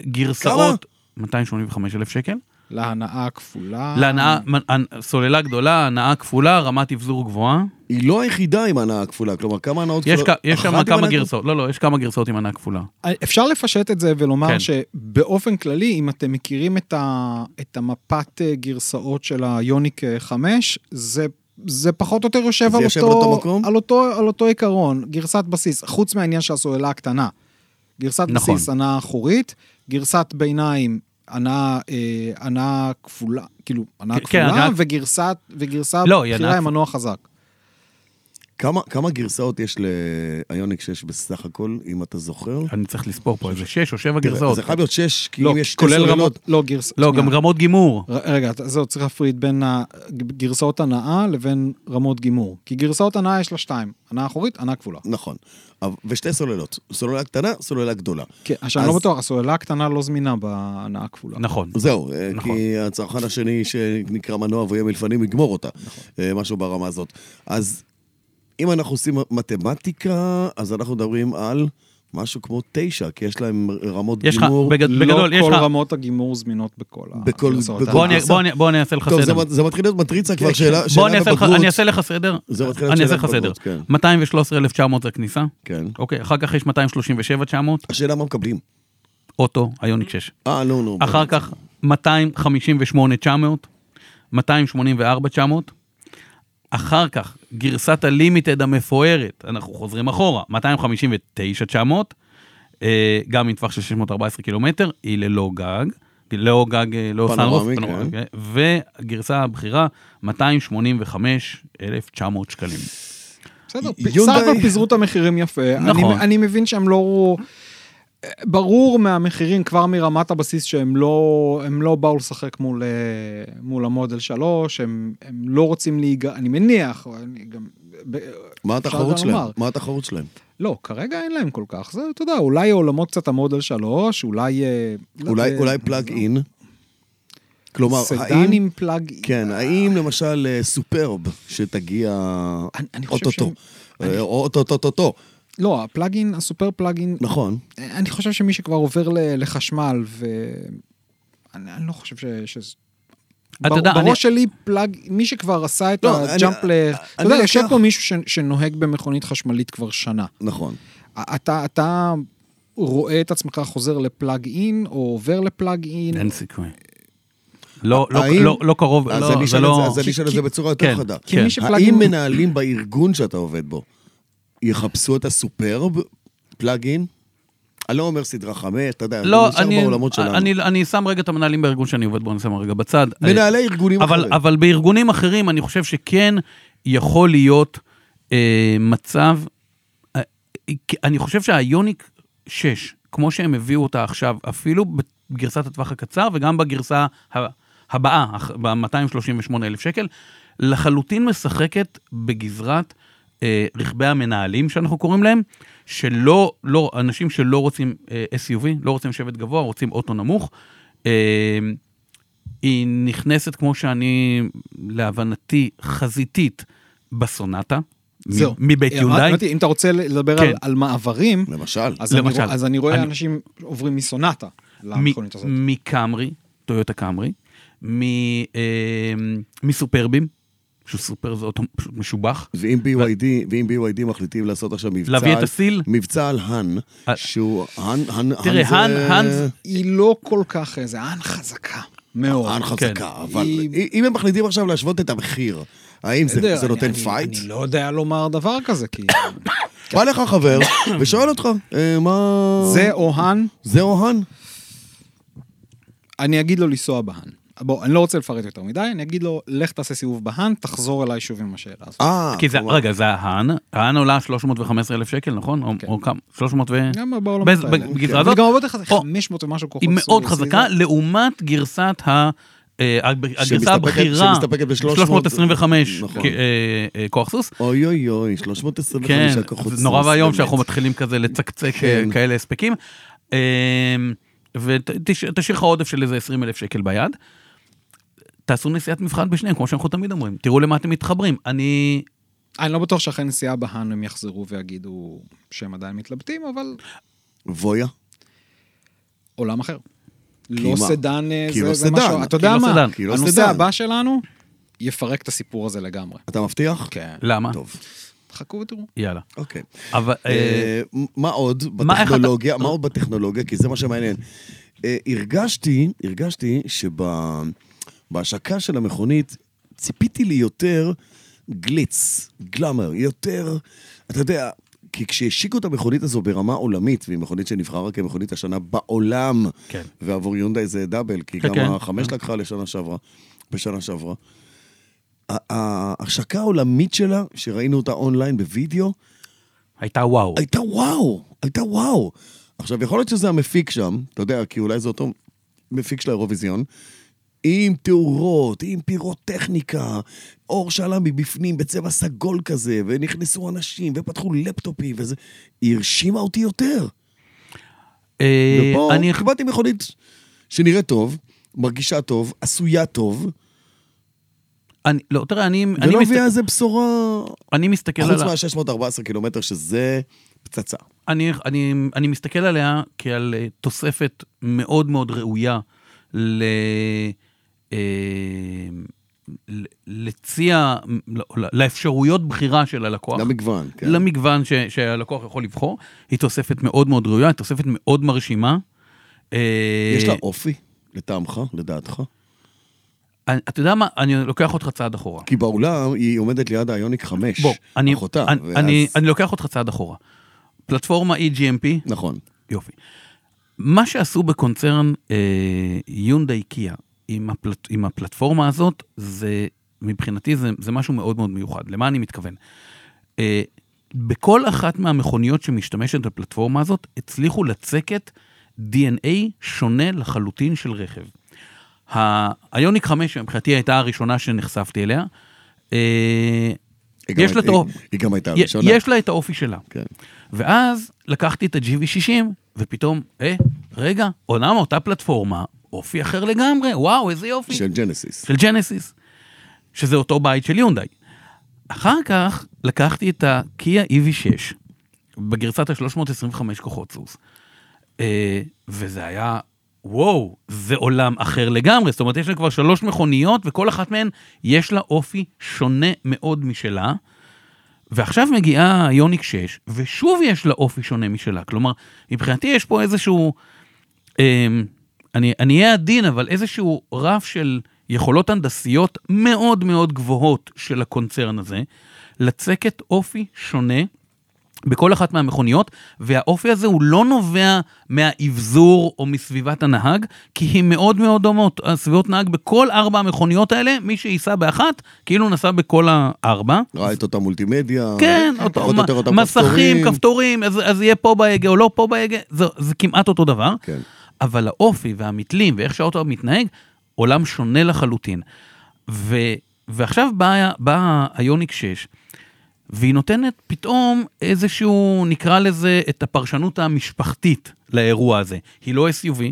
C: גרסאות... 285,000 שקל.
B: להנאה הכפולה.
C: להנאה, מנ- סוללה גדולה, הנאה כפולה, רמת אבזור גבוהה.
A: היא לא היחידה עם הנאה כפולה, כלומר, כמה הנאות
C: יש
A: כפולות?
C: כ- יש שם
A: אחת עם
C: כמה
A: הנאה
C: גרסאות, לא, לא, יש כמה גרסאות עם הנאה כפולה.
B: אפשר לפשט את זה ולומר
C: כן.
B: שבאופן כללי, אם אתם מכירים את, ה, את המפת אה, גרסאות של היוניק אה, 5, זה... זה פחות או יותר יושב,
A: זה
B: על,
A: יושב על
B: אותו,
A: אותו מקום?
B: על, אותו, על אותו עיקרון, גרסת בסיס, חוץ מהעניין של הסוללה הקטנה. גרסת
C: נכון.
B: נכון. בסיס, הנעה אחורית, גרסת ביניים, הנעה, אה, הנעה כפולה, כאילו, הנעה
C: כן,
B: כפולה,
C: הנעה-
B: וגרסת, וגרסה
C: לא, היא הנעה
B: בחירה עם מנוע חזק.
A: כמה, כמה גרסאות יש לאיוניק 6 בסך הכל, אם אתה זוכר?
C: אני צריך לספור פה איזה 6 או 7
A: תראה,
C: גרסאות.
A: זה חייב להיות 6, כי
B: לא,
A: אם יש שתי
B: כולל
A: סוללות...
B: רמות, לא, גרס...
C: לא,
B: שנייה.
C: גם רמות גימור.
B: ר- רגע, אתה- זהו, צריך להפריד בין הגרסאות הנאה לבין רמות גימור. כי גרסאות הנאה יש לה שתיים, הנאה אחורית, הנאה כפולה.
A: נכון. אבל- ושתי סוללות, סוללה קטנה, סוללה גדולה.
B: כן, עכשיו אני לא
A: אז-
B: בטוח, הסוללה הקטנה לא זמינה בהנאה הכפולה.
C: נכון.
A: זהו, אה,
C: נכון.
A: כי הצרכן השני שנקרא מנוע ויהיה מלפנים יגמור אותה.
C: נכון.
A: אה, משהו ברמה הזאת. אז אם אנחנו עושים מתמטיקה, אז אנחנו מדברים על משהו כמו 9, כי יש להם רמות
C: יש לך,
A: גימור.
C: בגד- בגדול,
B: לא
C: יש
B: כל
C: לך...
B: רמות הגימור זמינות בכל
A: בכל-
B: הגרסאות.
A: בכל-
C: בוא
B: הנאה.
C: אני- בוא אני- בוא אני אעשה לך
A: טוב, זה
C: סדר.
A: מת- זה מתחיל להיות מטריצה כבר,
B: כן.
A: שאלה
C: בוא אני
A: שאלה
C: אעשה לך-
A: בבגרות.
C: אני אעשה לך סדר.
A: זה מתחיל להיות
C: אני אעשה
A: שאלה
C: לך סדר.
A: בבגרות, כן.
C: 213,900 זה הכניסה.
A: כן.
C: אוקיי, אחר כך יש 237,900,
A: השאלה מה מקבלים.
C: אוטו, איוניק 6.
A: אה, נו, נו.
C: אחר כך 258,900, 284,900. אחר כך, גרסת הלימיטד המפוארת, אנחנו חוזרים אחורה, 259,900, אה, גם עם טווח של 614 קילומטר, היא ללא גג, ללא גג, אה, לא
A: פנורמי,
C: סנרוף,
A: כן.
C: פנורמי, כן. והגרסה הבכירה, 285,900 שקלים.
B: בסדר, פ-
A: יונדאי-
B: סך הכל פיזרו את המחירים יפה.
C: נכון.
B: אני- אני מבין שהם לא... ברור מהמחירים כבר מרמת הבסיס שהם לא, הם לא באו לשחק מול, אה, מול המודל 3, הם, הם לא רוצים להיגע, אני מניח, אני גם... ב-
A: מה
B: אפשר
A: התחרות
B: גם
A: שלהם?
B: לומר.
A: מה התחרות שלהם?
B: לא, כרגע אין להם כל כך, זה, אתה יודע, אולי עולמות קצת המודל 3, אולי... אה, לא
A: אולי,
B: יודע,
A: אולי פלאג
B: לא.
A: אין? כלומר, האם...
B: סדנים פלאג...
A: כן, האם למשל אה, סופרב שתגיע
B: אני- אני חושב
A: אוטוטו, אה, או אוטוטוטוטו,
B: לא, הפלאגין, הסופר פלאגין,
A: נכון,
B: אני חושב שמי שכבר עובר ל- לחשמל, ואני אני לא חושב ש... ש...
C: אתה יודע, אני-
B: בראש שלי פלאג, מי שכבר עשה את
A: לא, אני-
B: הג'אמפ ל... אתה
A: אני
B: יודע, יושב
A: לוקח-
B: פה מישהו ש- שנוהג במכונית חשמלית כבר שנה.
A: נכון.
B: אתה, אתה רואה את עצמך חוזר לפלאג אין, או עובר לפלאג אין?
C: אין סיכוי. לא, לא,
A: האם-
C: לא, לא קרוב,
A: אז
C: לא,
A: אני
C: זה
A: אשאל
C: לא...
A: את זה- אז אני אשאל את
B: כי-
A: זה בצורה
C: כן,
A: יותר חדה.
B: כי מי שפלאגים-
A: האם מנהלים בארגון שאתה עובד בו יחפשו את הסופרב פלאגין? אני לא אומר סדרה חמש, אתה יודע,
C: לא,
A: אני נשאר
C: אני,
A: בעולמות שלנו.
C: אני, אני שם רגע את המנהלים בארגון שאני עובד בו, אני שם רגע בצד.
A: מנהלי
C: אה,
A: ארגונים
C: אבל,
A: אחרים.
C: אבל בארגונים אחרים אני חושב שכן יכול להיות אה, מצב, אה, כי אני חושב שהיוניק 6, כמו שהם הביאו אותה עכשיו, אפילו בגרסת הטווח הקצר וגם בגרסה ה- הבאה, ב-238 אלף שקל, לחלוטין משחקת בגזרת אה, רכבי המנהלים, שאנחנו קוראים להם, שלא, לא, אנשים שלא רוצים אה, SUV, לא רוצים שבט גבוה, רוצים אוטו נמוך. אה, היא נכנסת, כמו שאני, להבנתי, חזיתית בסונטה. מ-
B: זהו.
C: מבית
B: אה,
C: יונדאי.
B: אמרתי, אם אתה רוצה לדבר
C: כן.
B: על, על מעברים,
A: למשל.
B: אז, אני,
C: למשל.
B: רוא- אז אני רואה
C: אני-
B: אנשים עוברים מסונטה
C: מ-
B: למכונית הזאת.
C: מקאמרי, טויוטה קאמרי, מ- אה, מסופרבים, שסופר זה אוטו פשוט משובח.
A: ואם BYD, ואם BYD מחליטים לעשות עכשיו מבצע...
C: להביא את
A: על-
C: הסיל?
A: מבצע על האן,
C: אה,
A: שהוא... האן, האן,
B: נכון,
C: תראה,
A: זה-
C: האן, האן זה-
B: היא לא כל כך איזה, האן חזקה. מאוד.
A: האן
C: כן.
A: חזקה, אבל
B: היא-
A: אם הם מחליטים עכשיו להשוות את המחיר, האם זה-
B: בסדר,
A: זה נותן
B: אני- אני-
A: פייט?
B: אני לא יודע לומר דבר כזה,
A: (laughs)
B: כי...
A: בא לך
C: (coughs)
A: חבר ושואל אותך, אה, מה...
B: זה או האן,
A: זה או האן?
B: אני אגיד לו לנסוע בהאן. בוא, אני לא רוצה לפרט יותר מדי, אני אגיד לו, לך תעשה סיבוב בהאן, תחזור אליי שוב עם השאלה הזאת.
A: אה,
C: כי זה,
A: כלומר-
C: רגע, זה ההאן, ההאן עולה 315 אלף שקל, נכון? או-
B: כן.
C: או כמה? 300 ו...
B: גם בעולמות
C: באיזה-
B: האלה. כן. אבל
C: בגזרה הזאת?
B: היא גם הרבה יותר חזקה,
C: או,
B: 500 ומשהו כוחות.
C: היא מאוד
B: סוריה,
C: חזקה,
B: סביבה.
C: לעומת גרסת ה... אה, הגרסה
A: שמסתפקת-
C: הבכירה,
A: שמסתפקת ב-
C: 325
A: נכון.
C: כ- אה, אה, כוח סוס,
A: אוי אוי אוי,
C: כן,
A: 325 כוחות
C: זה נורא
A: סוס,
C: ואיום
A: באמת.
C: שאנחנו מתחילים כזה לצקצק
A: כן.
C: אה, כאלה הספקים. ותשאיר לך עודף של איזה 20 אלף שקל ביד. תעשו נסיעת מבחן בשניהם, כמו שאנחנו תמיד אומרים. תראו למה אתם מתחברים. אני...
B: אני לא בטוח שאחרי נסיעה בהאן הם יחזרו ויגידו שהם עדיין מתלבטים, אבל
A: וויה.
B: עולם אחר.
A: מה?
B: לא סדן, אה,
A: כי
B: זה-
A: לא
B: זה
A: סדן,
B: משהו,
A: כי
B: אתה יודע
C: לא
B: מה,
C: סדן,
A: כי לא
B: הנושא
A: סדן.
B: הבא שלנו יפרק את הסיפור הזה לגמרי.
A: אתה מבטיח?
B: כן.
C: למה?
A: טוב,
B: חכו ותראו.
C: יאללה.
A: אוקיי.
C: אבל... אה,
A: אה, מה עוד
C: מה, אה? איך אתה-
A: בטכנולוגיה? מה עוד בטכנולוגיה? כי זה מה שמעניין. אה, הרגשתי, הרגשתי שבהשקה של המכונית ציפיתי לי יותר גליץ, גלאמר, יותר, אתה יודע, כי כשהשיקו את המכונית הזו ברמה עולמית, והיא מכונית שנבחרה כמכונית השנה בעולם,
C: כן.
A: ועבור יונדאי זה דאבל, כי
C: כן,
A: גם
C: כן.
A: החמש לקחה לשנה שעברה, בשנה שעברה. ה- ה- ההשקה העולמית שלה, שראינו אותה אונליין בווידאו,
C: הייתה וואו.
A: הייתה וואו, הייתה וואו. עכשיו, יכול להיות שזה המפיק שם, אתה יודע, כי אולי זה אותו מפיק של האירוויזיון, עם תאורות, עם פירוטכניקה, אור שעלה מבפנים בצבע סגול כזה, ונכנסו אנשים, ופתחו לפטופים, וזה... היא הרשימה אותי יותר.
C: אה,
A: ופה
C: אני...
A: קיבלתי מכונית שנראית טוב, מרגישה טוב, עשויה טוב,
C: אני- לא, תראה, אני... אני כן, לא,
A: ולא
C: מסת-
A: הביאה איזה בשורה,
C: אני מסתכל על...
A: חוץ
C: ה-
A: מה-614 קילומטר, שזה פצצה.
C: אני, אני, אני מסתכל עליה כעל אה, תוספת מאוד מאוד ראויה ל, אה, ל- לצי, ה- לא, לאפשרויות בחירה של הלקוח.
A: למגוון,
C: לא,
A: כן.
C: למגוון ש, שהלקוח יכול לבחור. היא תוספת מאוד מאוד ראויה, היא תוספת מאוד מרשימה. אה,
A: יש לה אופי, לטעמך, לדעתך?
C: אני- אתה יודע מה? אני לוקח אותך צעד אחורה.
A: כי בעולם היא עומדת ליד האיוניק 5,
C: בוא, אני,
A: אחותה.
C: אני,
A: ואז-
C: אני, אני לוקח אותך צעד אחורה. פלטפורמה E EGMP,
A: נכון.
C: יופי. מה שעשו בקונצרן אה, יונדאי קיה עם, הפלט, עם הפלטפורמה הזאת, זה מבחינתי זה, זה משהו מאוד מאוד מיוחד. למה אני מתכוון? אה, בכל אחת מהמכוניות שמשתמשת בפלטפורמה הזאת, הצליחו לצקת DNA שונה לחלוטין של רכב. האיוניק 5, שמבחינתי הייתה הראשונה שנחשפתי אליה, אה,
A: היא גם
C: יש לה את
A: הייתה-
C: האופ-
A: היא- היא גם הייתה
C: י-
A: הראשונה.
C: יש לה את האופי שלה.
A: כן.
C: ואז לקחתי את ה-GV60, ופתאום, אה, רגע, עונה מאותה פלטפורמה, אופי אחר לגמרי, וואו, איזה יופי.
A: של ג'נסיס.
C: של ג'נסיס, שזה אותו בית של יונדאי. אחר כך לקחתי את E הקיה EV6, בגרסת ה-325 כוחות סוס, אה, וזה היה וואו, זה עולם אחר לגמרי. זאת אומרת, יש לה כבר שלוש מכוניות, וכל אחת מהן יש לה אופי שונה מאוד משלה. ועכשיו מגיעה יוניק 6, ושוב יש לה אופי שונה משלה. כלומר, מבחינתי יש פה איזשהו, אה, אני אני אהיה עדין, אבל איזשהו רף של יכולות הנדסיות מאוד מאוד גבוהות של הקונצרן הזה, לצקת אופי שונה בכל אחת מהמכוניות, והאופי הזה הוא לא נובע מהאבזור או מסביבת הנהג, כי היא מאוד מאוד דומות. אה, סביבות נהג בכל ארבע המכוניות האלה, מי שייסע באחת, כאילו נסע בכל הארבע.
A: ראה את אותה מולטימדיה.
C: כן,
A: פחות
C: אותו,
A: או יותר אותם
C: מסכים,
A: כפתורים.
C: כפתורים, אז, אז יהיה פה בהגה או לא פה בהגה, זה, זה כמעט אותו דבר.
A: כן.
C: אבל האופי והמתלים ואיך שהאוטו מתנהג, עולם שונה לחלוטין. ו, ועכשיו באה בא היוניק 6, והיא נותנת פתאום איזשהו, נקרא לזה, את הפרשנות המשפחתית לאירוע הזה. היא לא SUV.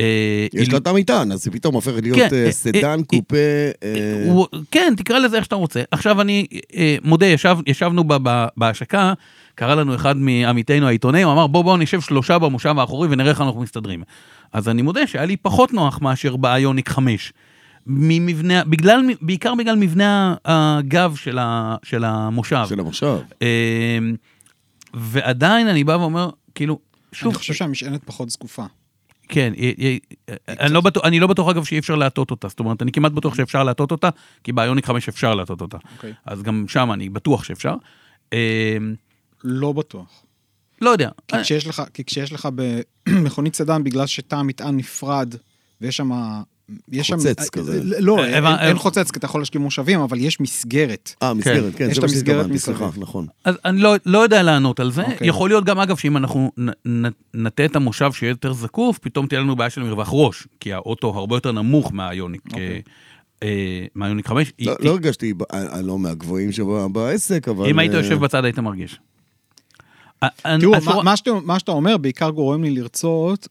C: אה,
A: יש
C: היא-
A: לה את המטען, אז היא פתאום הופכת
C: כן,
A: להיות אה,
C: אה, אה,
A: סדן,
C: אה,
A: קופה... אה,
C: הוא, כן, תקרא לזה איך שאתה רוצה. עכשיו אני אה, מודה, ישב, ישבנו ב, ב, בהשקה, קרא לנו אחד מעמיתינו העיתונאים, אמר בוא בוא נשב שלושה במושב האחורי ונראה איך אנחנו מסתדרים. אז אני מודה שהיה לי פחות נוח מאשר באיוניק 5. ממבנה, בגלל, בעיקר בגלל מבנה הגב של, ה, של המושב.
A: של המושב.
C: אה, ועדיין אני בא ואומר, כאילו, שוב,
B: אני חושב שהמשענת פחות זקופה.
C: כן, היא- היא- אני לא בטוח, אני לא בטוח אגב שאי אפשר להטות אותה, זאת אומרת, אני כמעט בטוח שאפשר להטות אותה, כי באיוניק 5 אפשר להטות אותה.
B: אוקיי.
C: אז גם שם אני בטוח שאפשר. אה,
B: לא בטוח.
C: לא יודע.
B: כי כשיש לך, כי כשיש לך (clears throat) במכונית סדן, בגלל שתא המטען נפרד, ויש שם... יש שם-
A: חוצץ
B: אה,
A: כזה.
B: לא, אין-
C: הבנ-
B: אין חוצץ, כי אתה יכול להשקיע מושבים, אבל יש מסגרת.
A: אה, מסגרת, כן,
B: יש
A: זה מה
B: את המסגרת
A: שהתכוונתי,
B: מסביב.
A: סליחה, נכון.
C: אז אני לא, לא יודע לענות על זה. Okay.
B: אוקיי.
C: יכול להיות גם, אגב, שאם אנחנו נ, נ, נטה את המושב שיהיה יותר זקוף, פתאום תהיה לנו בעיה של מרווח ראש, כי האוטו הרבה יותר נמוך מהיוניק, okay.
B: אוקיי.
C: אה, אה, מהיוניק 5.
A: לא-
C: היא-
A: לא הרגשתי, ב- אה, אה, לא מהגבוהים שבעסק, אבל...
C: אם היית
A: אה,
C: יושב בצד היית מרגיש. אה, אני-
B: תראו,
C: אז
B: מה-
C: אתה-
B: מה שאתה- מה שאתה אומר בעיקר גורם לי לרצות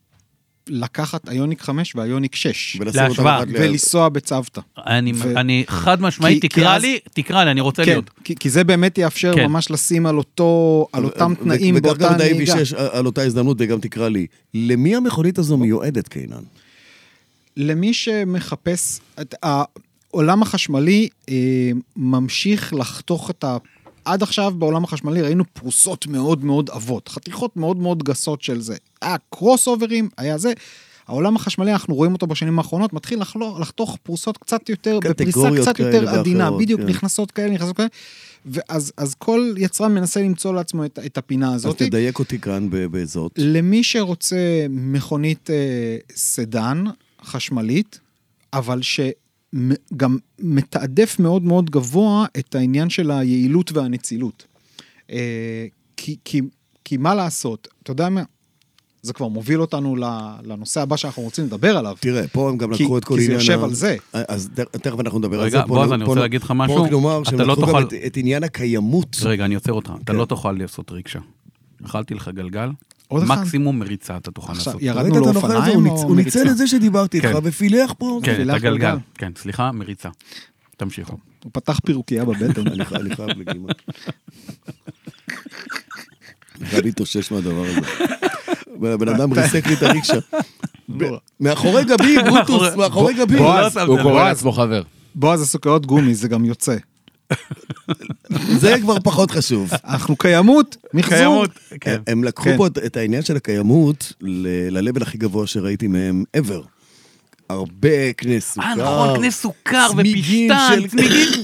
B: לקחת איוניק 5 ואיוניק 6,
A: ולשים אותם
C: להשוואה,
A: אחת ליד.
B: ולנסוע בצוותא.
C: אני,
B: ו-
C: אני חד משמעית,
B: כי-
C: תקרא
B: כי
C: לי, תקרא לי, אני רוצה
B: כן,
C: להיות.
B: כי- כי זה באמת יאפשר
C: כן.
B: ממש לשים על אותו, על אותם
A: ו-
B: תנאים
A: וכך
B: באותה
A: גם את
B: נהיגה.
A: ה-AV6 על אותה הזדמנות, וגם תקרא לי, למי המכונית הזו מיועדת, קינן?
B: למי שמחפש, את, העולם החשמלי אה, ממשיך לחתוך את ה... עד עכשיו בעולם החשמלי ראינו פרוסות מאוד מאוד עבות, חתיכות מאוד מאוד גסות של זה. היה קרוס אוברים, היה זה. העולם החשמלי, אנחנו רואים אותו בשנים האחרונות, מתחיל לחלו, לחתוך פרוסות קצת יותר, בפריסה
A: קטגוריות
B: קצת
A: כאלה
B: יותר עדינה,
A: ואחרות,
B: בדיוק,
A: כן.
B: נכנסות כאלה, נכנסות כאלה. ואז אז כל יצרן מנסה למצוא לעצמו את, את הפינה
A: אז
B: הזאת.
A: תדייק אותי כאן ב- בזאת.
B: למי שרוצה מכונית אה, סדן, חשמלית, אבל שגם מתעדף מאוד מאוד גבוה את העניין של היעילות והנצילות. אה, כי, כי, כי מה לעשות, אתה יודע מה? זה כבר מוביל אותנו ל- לנושא הבא שאנחנו רוצים לדבר עליו.
A: תראה, פה הם גם
B: כי-
A: לקחו את כל
B: כי
A: עניין...
B: זה יושב
A: ה- אה,
B: על זה.
A: אז ת- תכף אנחנו נדבר על זה.
C: רגע,
A: פה
C: בועז,
A: נ-
C: אני
A: פה
C: רוצה
A: נ-
C: להגיד לך
A: פה
C: משהו.
A: רק נאמר
C: אתה
A: שהם
C: לא
A: לקחו גם
C: תוכל-
A: את- את עניין הקיימות.
C: רגע, אני עוצר אותך. אתה לא תוכל לעשות ריקשה. אכלתי לך גלגל,
B: עוד אחד?
C: מקסימום מריצה אתה תוכל
B: עכשיו,
C: לעשות.
A: ראית
B: ירדנו
A: את הנוכל הזה, הוא
B: לאופניים
A: ניצ-
B: או
A: הוא ניצל את זה שדיברתי איתך
C: כן.
A: ופילח פה.
C: כן, את
B: תפילת
C: הגלגל.
B: גלגל.
C: כן, סליחה, מריצה. תמשיכו.
B: הוא פתח פירוקייה בבטן.
A: אני חי- אני חייב לגימה. אני חייב להתאושש מהדבר הזה. הבן אדם ריסק לי את הריקשה. ב- מאחורי גבי, ברוטוס,
C: מאחורי-
A: מאחורי גבי.
B: בועז,
C: לא שמת
D: הוא
C: לב.
D: קורא לעצמו חבר.
B: בועז הסוכריות גומי, זה גם יוצא.
A: זה כבר פחות חשוב.
B: אנחנו קיימות, מחזור.
C: קיימות, כן.
A: הם- הם לקחו
B: כן.
A: פה את- את העניין של הקיימות ל-level הכי גבוה שראיתי מהם ever. הרבה קנה סוכר.
C: אה, נכון, קנה סוכר
A: צמיגים
C: ופשטן,
A: של-
C: צמיגים.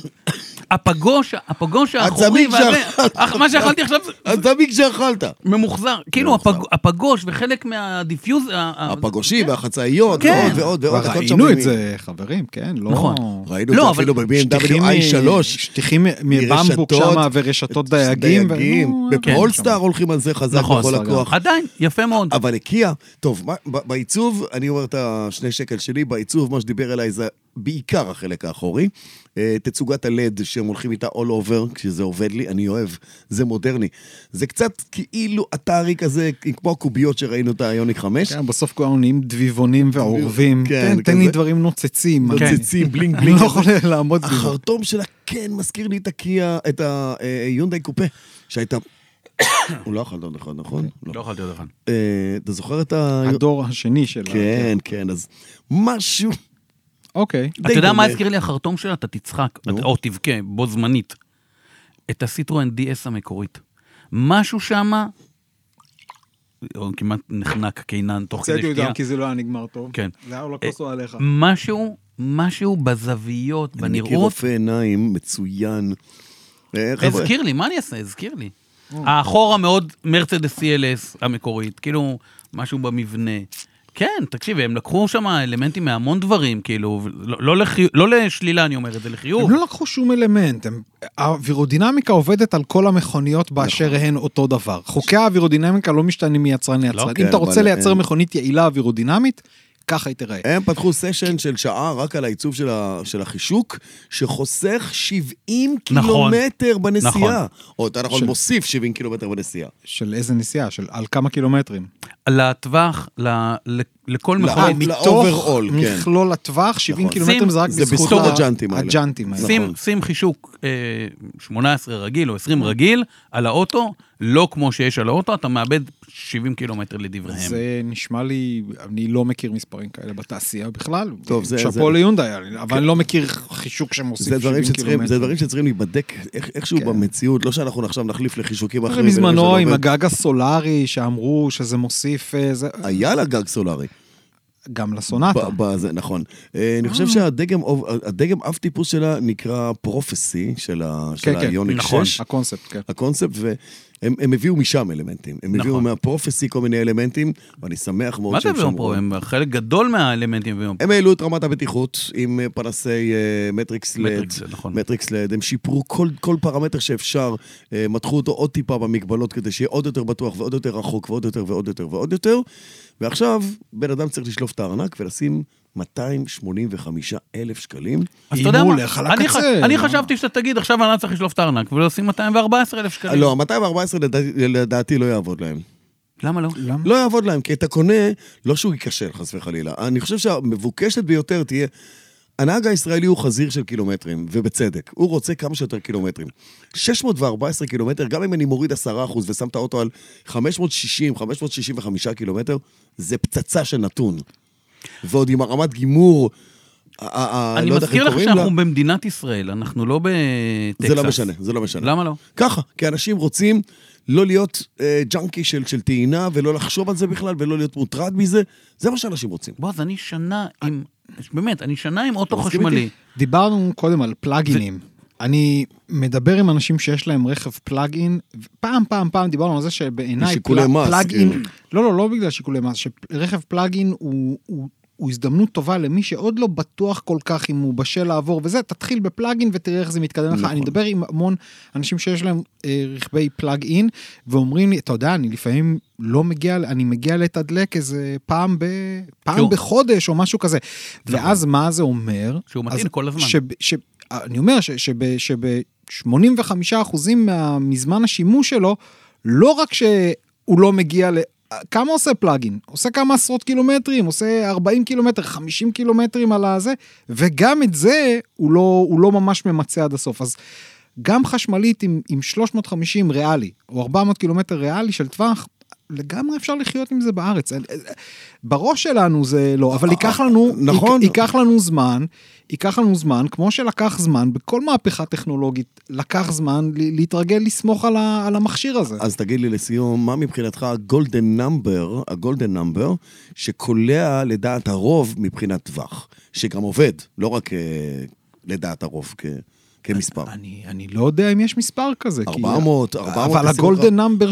C: הפגוש, הפגוש האחורי
A: הצמיג
C: והזה,
A: שאכלת.
C: אך, מה שאכלתי עכשיו זה
A: (laughs) אז תמיד כשאכלת.
C: אה, ממוחזר. כאילו
A: ממוחזר.
C: הפג- הפגוש וחלק מהדיפיוז... ה- ה-
A: הפגושים והחצאיות,
C: כן.
A: ועוד ועוד ועוד.
B: כבר
A: הכל שם
B: ראינו את
A: עם-
B: זה, חברים, כן, לא...
C: נכון.
A: ראינו את
C: לא,
A: זה
C: אבל
A: אפילו
B: שטיחים
A: ב-BMW
B: מ-
A: i3.
B: שטיחים מבמבוק
A: מרשתות,
B: שמה ורשתות דייגים.
A: דייגים.
B: ו-
A: בפולסטאר
C: כן.
A: הולכים על זה חזק
C: נכון,
A: בכל הכוח.
C: עדיין, יפה מאוד.
A: אבל הקיה, טוב, מה- ב- בעיצוב, אני אומר את השני שקל שלי, בעיצוב, מה שדיבר אליי זה בעיקר החלק האחורי. אה, תצוגת הלד שהם הולכים איתה all over, כשזה עובד לי, אני אוהב, זה מודרני. זה קצת כאילו אתרי כזה, כמו הקוביות שראינו את היוניק 5.
B: כן, בסוף כולנו נהיים דביבונים ועורבים.
A: כן,
B: תן- תן לי
A: כזה.
B: דברים נוצצים. אני-
A: נוצצים, בלינג
B: אני
A: בלינג.
B: לא יכול לעמוד סביבו.
A: החרטום שלה כן מזכיר לי את הקיה, את היונדאי קופה, אה, שהייתה (coughs) הוא לא אכל דוד אחד,
B: (coughs)
A: נכון?
C: לא אכלתי עוד אחד.
A: אה, אתה זוכר את ה...
B: הדור השני שלה.
A: כן, כן, אז משהו
B: אוקיי.
A: די
C: אתה יודע
A: דומה.
C: מה הזכיר לי החרטום שלה? אתה תצחק,
A: נו.
C: או תבכה, בו זמנית. את הסיטרואן DS המקורית. משהו שמה... הוא כמעט נחנק קינן תוך
A: אוקיי,
C: כדי
B: הוצאתי
C: שתייה.
B: אותם כי זה לא היה נגמר טוב.
C: כן.
B: זה היה
A: אה,
B: לא כוסו עליך.
C: משהו, משהו בזוויות,
A: אני מכיר
C: בנראות,
A: רופא עיניים מצוין. אה, חבר'ה,
C: הזכיר לי, מה אני אעשה? הזכיר לי. האחורה מאוד מרצדס CLS המקורית, כאילו משהו במבנה. כן, תקשיב, הם לקחו שם אלמנטים מהמון דברים, כאילו, לא, לא, לחי... לא לשלילה אני אומר את זה, לחיוב.
B: הם לא לקחו שום אלמנט, הם- האווירודינמיקה עובדת על כל המכוניות
A: נכון.
B: באשר הן אותו דבר. חוקי האווירודינמיקה לא משתנים מיצרן ליצרן.
A: כן,
B: אם אתה רוצה
A: אבל
B: לייצר
A: הם-
B: מכונית יעילה אווירודינמית, ככה היא תיראה.
A: הם פתחו סשן של שעה רק על העיצוב של, ה, של החישוק, שחוסך 70
C: נכון.
A: קילומטר בנסיעה.
C: נכון.
A: או יותר נכון,
B: של-
A: מוסיף 70 קילומטר בנסיעה.
B: של איזה נסיעה? של על כמה קילומטרים? נכון,
C: לטווח, ל... ל... לכל
A: לא,
C: מכונית.
A: מ- ל-overall, כן.
B: מכלול הטווח, 70
A: נכון.
B: קילומטרים זה רק
A: זה
B: בזכות
A: בזכות
B: ה-
A: הג'אנטים האלה.
B: הג'אנטים האלה.
A: נכון.
C: שים, שים חישוק אה, 18 רגיל או 20 רגיל על האוטו, לא כמו שיש על האוטו, אתה מאבד 70 קילומטר
A: נכון.
C: לדבריהם.
B: זה נשמע לי, אני לא מכיר מספרים כאלה בתעשייה בכלל.
A: טוב, זה-
B: שאפו
A: זה- כן.
B: ליונדאי, אבל אני לא מכיר חישוק שמוסיף
A: זה
B: 70
A: דברים,
B: קילומטר.
A: שצריכים, זה דברים שצריכים להיבדק איך, איכשהו
B: כן.
A: במציאות, לא שאנחנו עכשיו נחליף לחישוקים אחרים.
B: אחרים בזמנו
A: ונראה
B: עם
A: שזה
B: הגג הסולארי שאמרו שזה מוסיף, אה, זה-
A: עובד. היה לה גג סולארי.
B: גם לסונטה.
A: ב- בזה, נכון. אה, אני חושב שהדגם אוב- הדגם אב טיפוס שלה נקרא פרופסי, של ה- של
B: כן, כן,
A: היוניק 6.
C: נכון.
B: הקונספט, כן.
A: הקונספט, והם הם הביאו משם אלמנטים. הם הביאו
C: נכון.
A: מהפרופסי כל מיני אלמנטים, ואני שמח מאוד
C: מה זה
A: שהם
C: ביום
A: שמרו.
C: פרו? הם חלק גדול מהאלמנטים ביום פרו.
A: הם העלו את רמת הבטיחות עם אה, פנסי אה, מטריקס לד.
C: מטריקס, נכון.
A: מטריקס לד, הם שיפרו כל, כל פרמטר שאפשר, אה, מתחו אותו עוד טיפה במגבלות כדי שיהיה עוד יותר בטוח ועוד יותר רחוק ועוד יותר ועוד יותר ועוד יותר. ועכשיו, בן אדם צריך לשלוף את הארנק ולשים 285 אלף שקלים.
C: אז
B: אם
C: אתה יודע
B: הוא
C: מה?
B: הולך על
C: אני
B: הקצה,
C: ח- אני
A: לא?
B: מה?
C: חשבתי שאתה תגיד, עכשיו אני לא צריך לשלוף את הארנק ולשים 214 אלף שקלים.
A: לא, 214 לדעתי, לדעתי לא יעבוד להם.
C: למה לא?
B: למה?
A: לא יעבוד להם, כי אתה קונה, לא שהוא ייכשל, חס וחלילה. אני חושב שהמבוקשת ביותר תהיה... הנהג הישראלי הוא חזיר של קילומטרים, ובצדק. הוא רוצה כמה שיותר קילומטרים. 614 קילומטר, גם אם אני מוריד 10% ושם את האוטו על 560, 565 קילומטר, זה פצצה של נתון. ועוד עם הרמת גימור, ה- ה- ה-
C: אני
A: לא יודע איך
C: מזכיר
A: הם
C: לך
A: קוראים
C: שאנחנו
A: לה.
C: במדינת ישראל, אנחנו לא בטקסס.
A: זה לא משנה, זה לא משנה.
C: למה לא?
A: ככה, כי אנשים רוצים לא להיות אה, ג'אנקי של, של טעינה, ולא לחשוב על זה בכלל, ולא להיות מוטרד מזה, זה מה שאנשים רוצים.
C: בועז, אני שנה עם... באמת, אני שנה עם אוטו
A: אתה מסכים איתי?
C: חשמלי.
B: דיברנו קודם על פלאגינים. אני מדבר עם אנשים שיש להם רכב פלאגין, פעם פעם פעם דיברנו על זה שבעיניי
A: משיקולי
B: פלא-
A: מס,
B: פלאגין,
A: כאילו.
B: לא לא לא בגלל שיקולי מס, שרכב פלאגין הוא, הוא, הוא הזדמנות טובה למי שעוד לא בטוח כל כך אם הוא בשל לעבור וזה, תתחיל בפלאגין ותראה איך זה מתקדם לך.
A: נכון.
B: אני מדבר עם המון אנשים שיש להם אה, רכבי פלאג-אין ואומרים לי, אתה יודע, אני לפעמים לא מגיע, אני מגיע לתדלק איזה פעם, ב, פעם
A: כאילו-
C: שוב.
B: בחודש או משהו כזה.
A: נכון.
B: ואז מה זה אומר?
C: שהוא
B: אז
C: מטעין כל הזמן.
B: שב, ש, אני אומר ש, שב, שב-85% מה, מזמן השימוש שלו, לא רק שהוא לא מגיע ל... כמה עושה פלאגין? עושה כמה עשרות קילומטרים, עושה 40 קילומטר, 50 קילומטרים על הזה, וגם את זה הוא לא, הוא לא ממש ממצה עד הסוף. אז גם חשמלית עם, עם 350 ריאלי, או 400 קילומטר ריאלי של טווח, לגמרי אפשר לחיות עם זה בארץ. בראש שלנו זה לא, אבל ייקח לנו,
A: נכון.
B: יק- ייקח לנו זמן, ייקח לנו זמן, כמו שלקח זמן, בכל מהפכה טכנולוגית, לקח זמן ל- להתרגל לסמוך על, ה, על המכשיר הזה.
A: אז תגיד לי לסיום, מה מבחינתך הגולדן נאמבר, הגולדן נאמבר, שקולע לדעת הרוב מבחינת טווח, שגם עובד, לא רק אה, לדעת הרוב כ, כמספר.
B: אני, אני לא יודע אם יש מספר כזה. כי-
A: 400, 400,
B: אבל
A: תשים
B: הגולדן
A: אותך-
B: נאמבר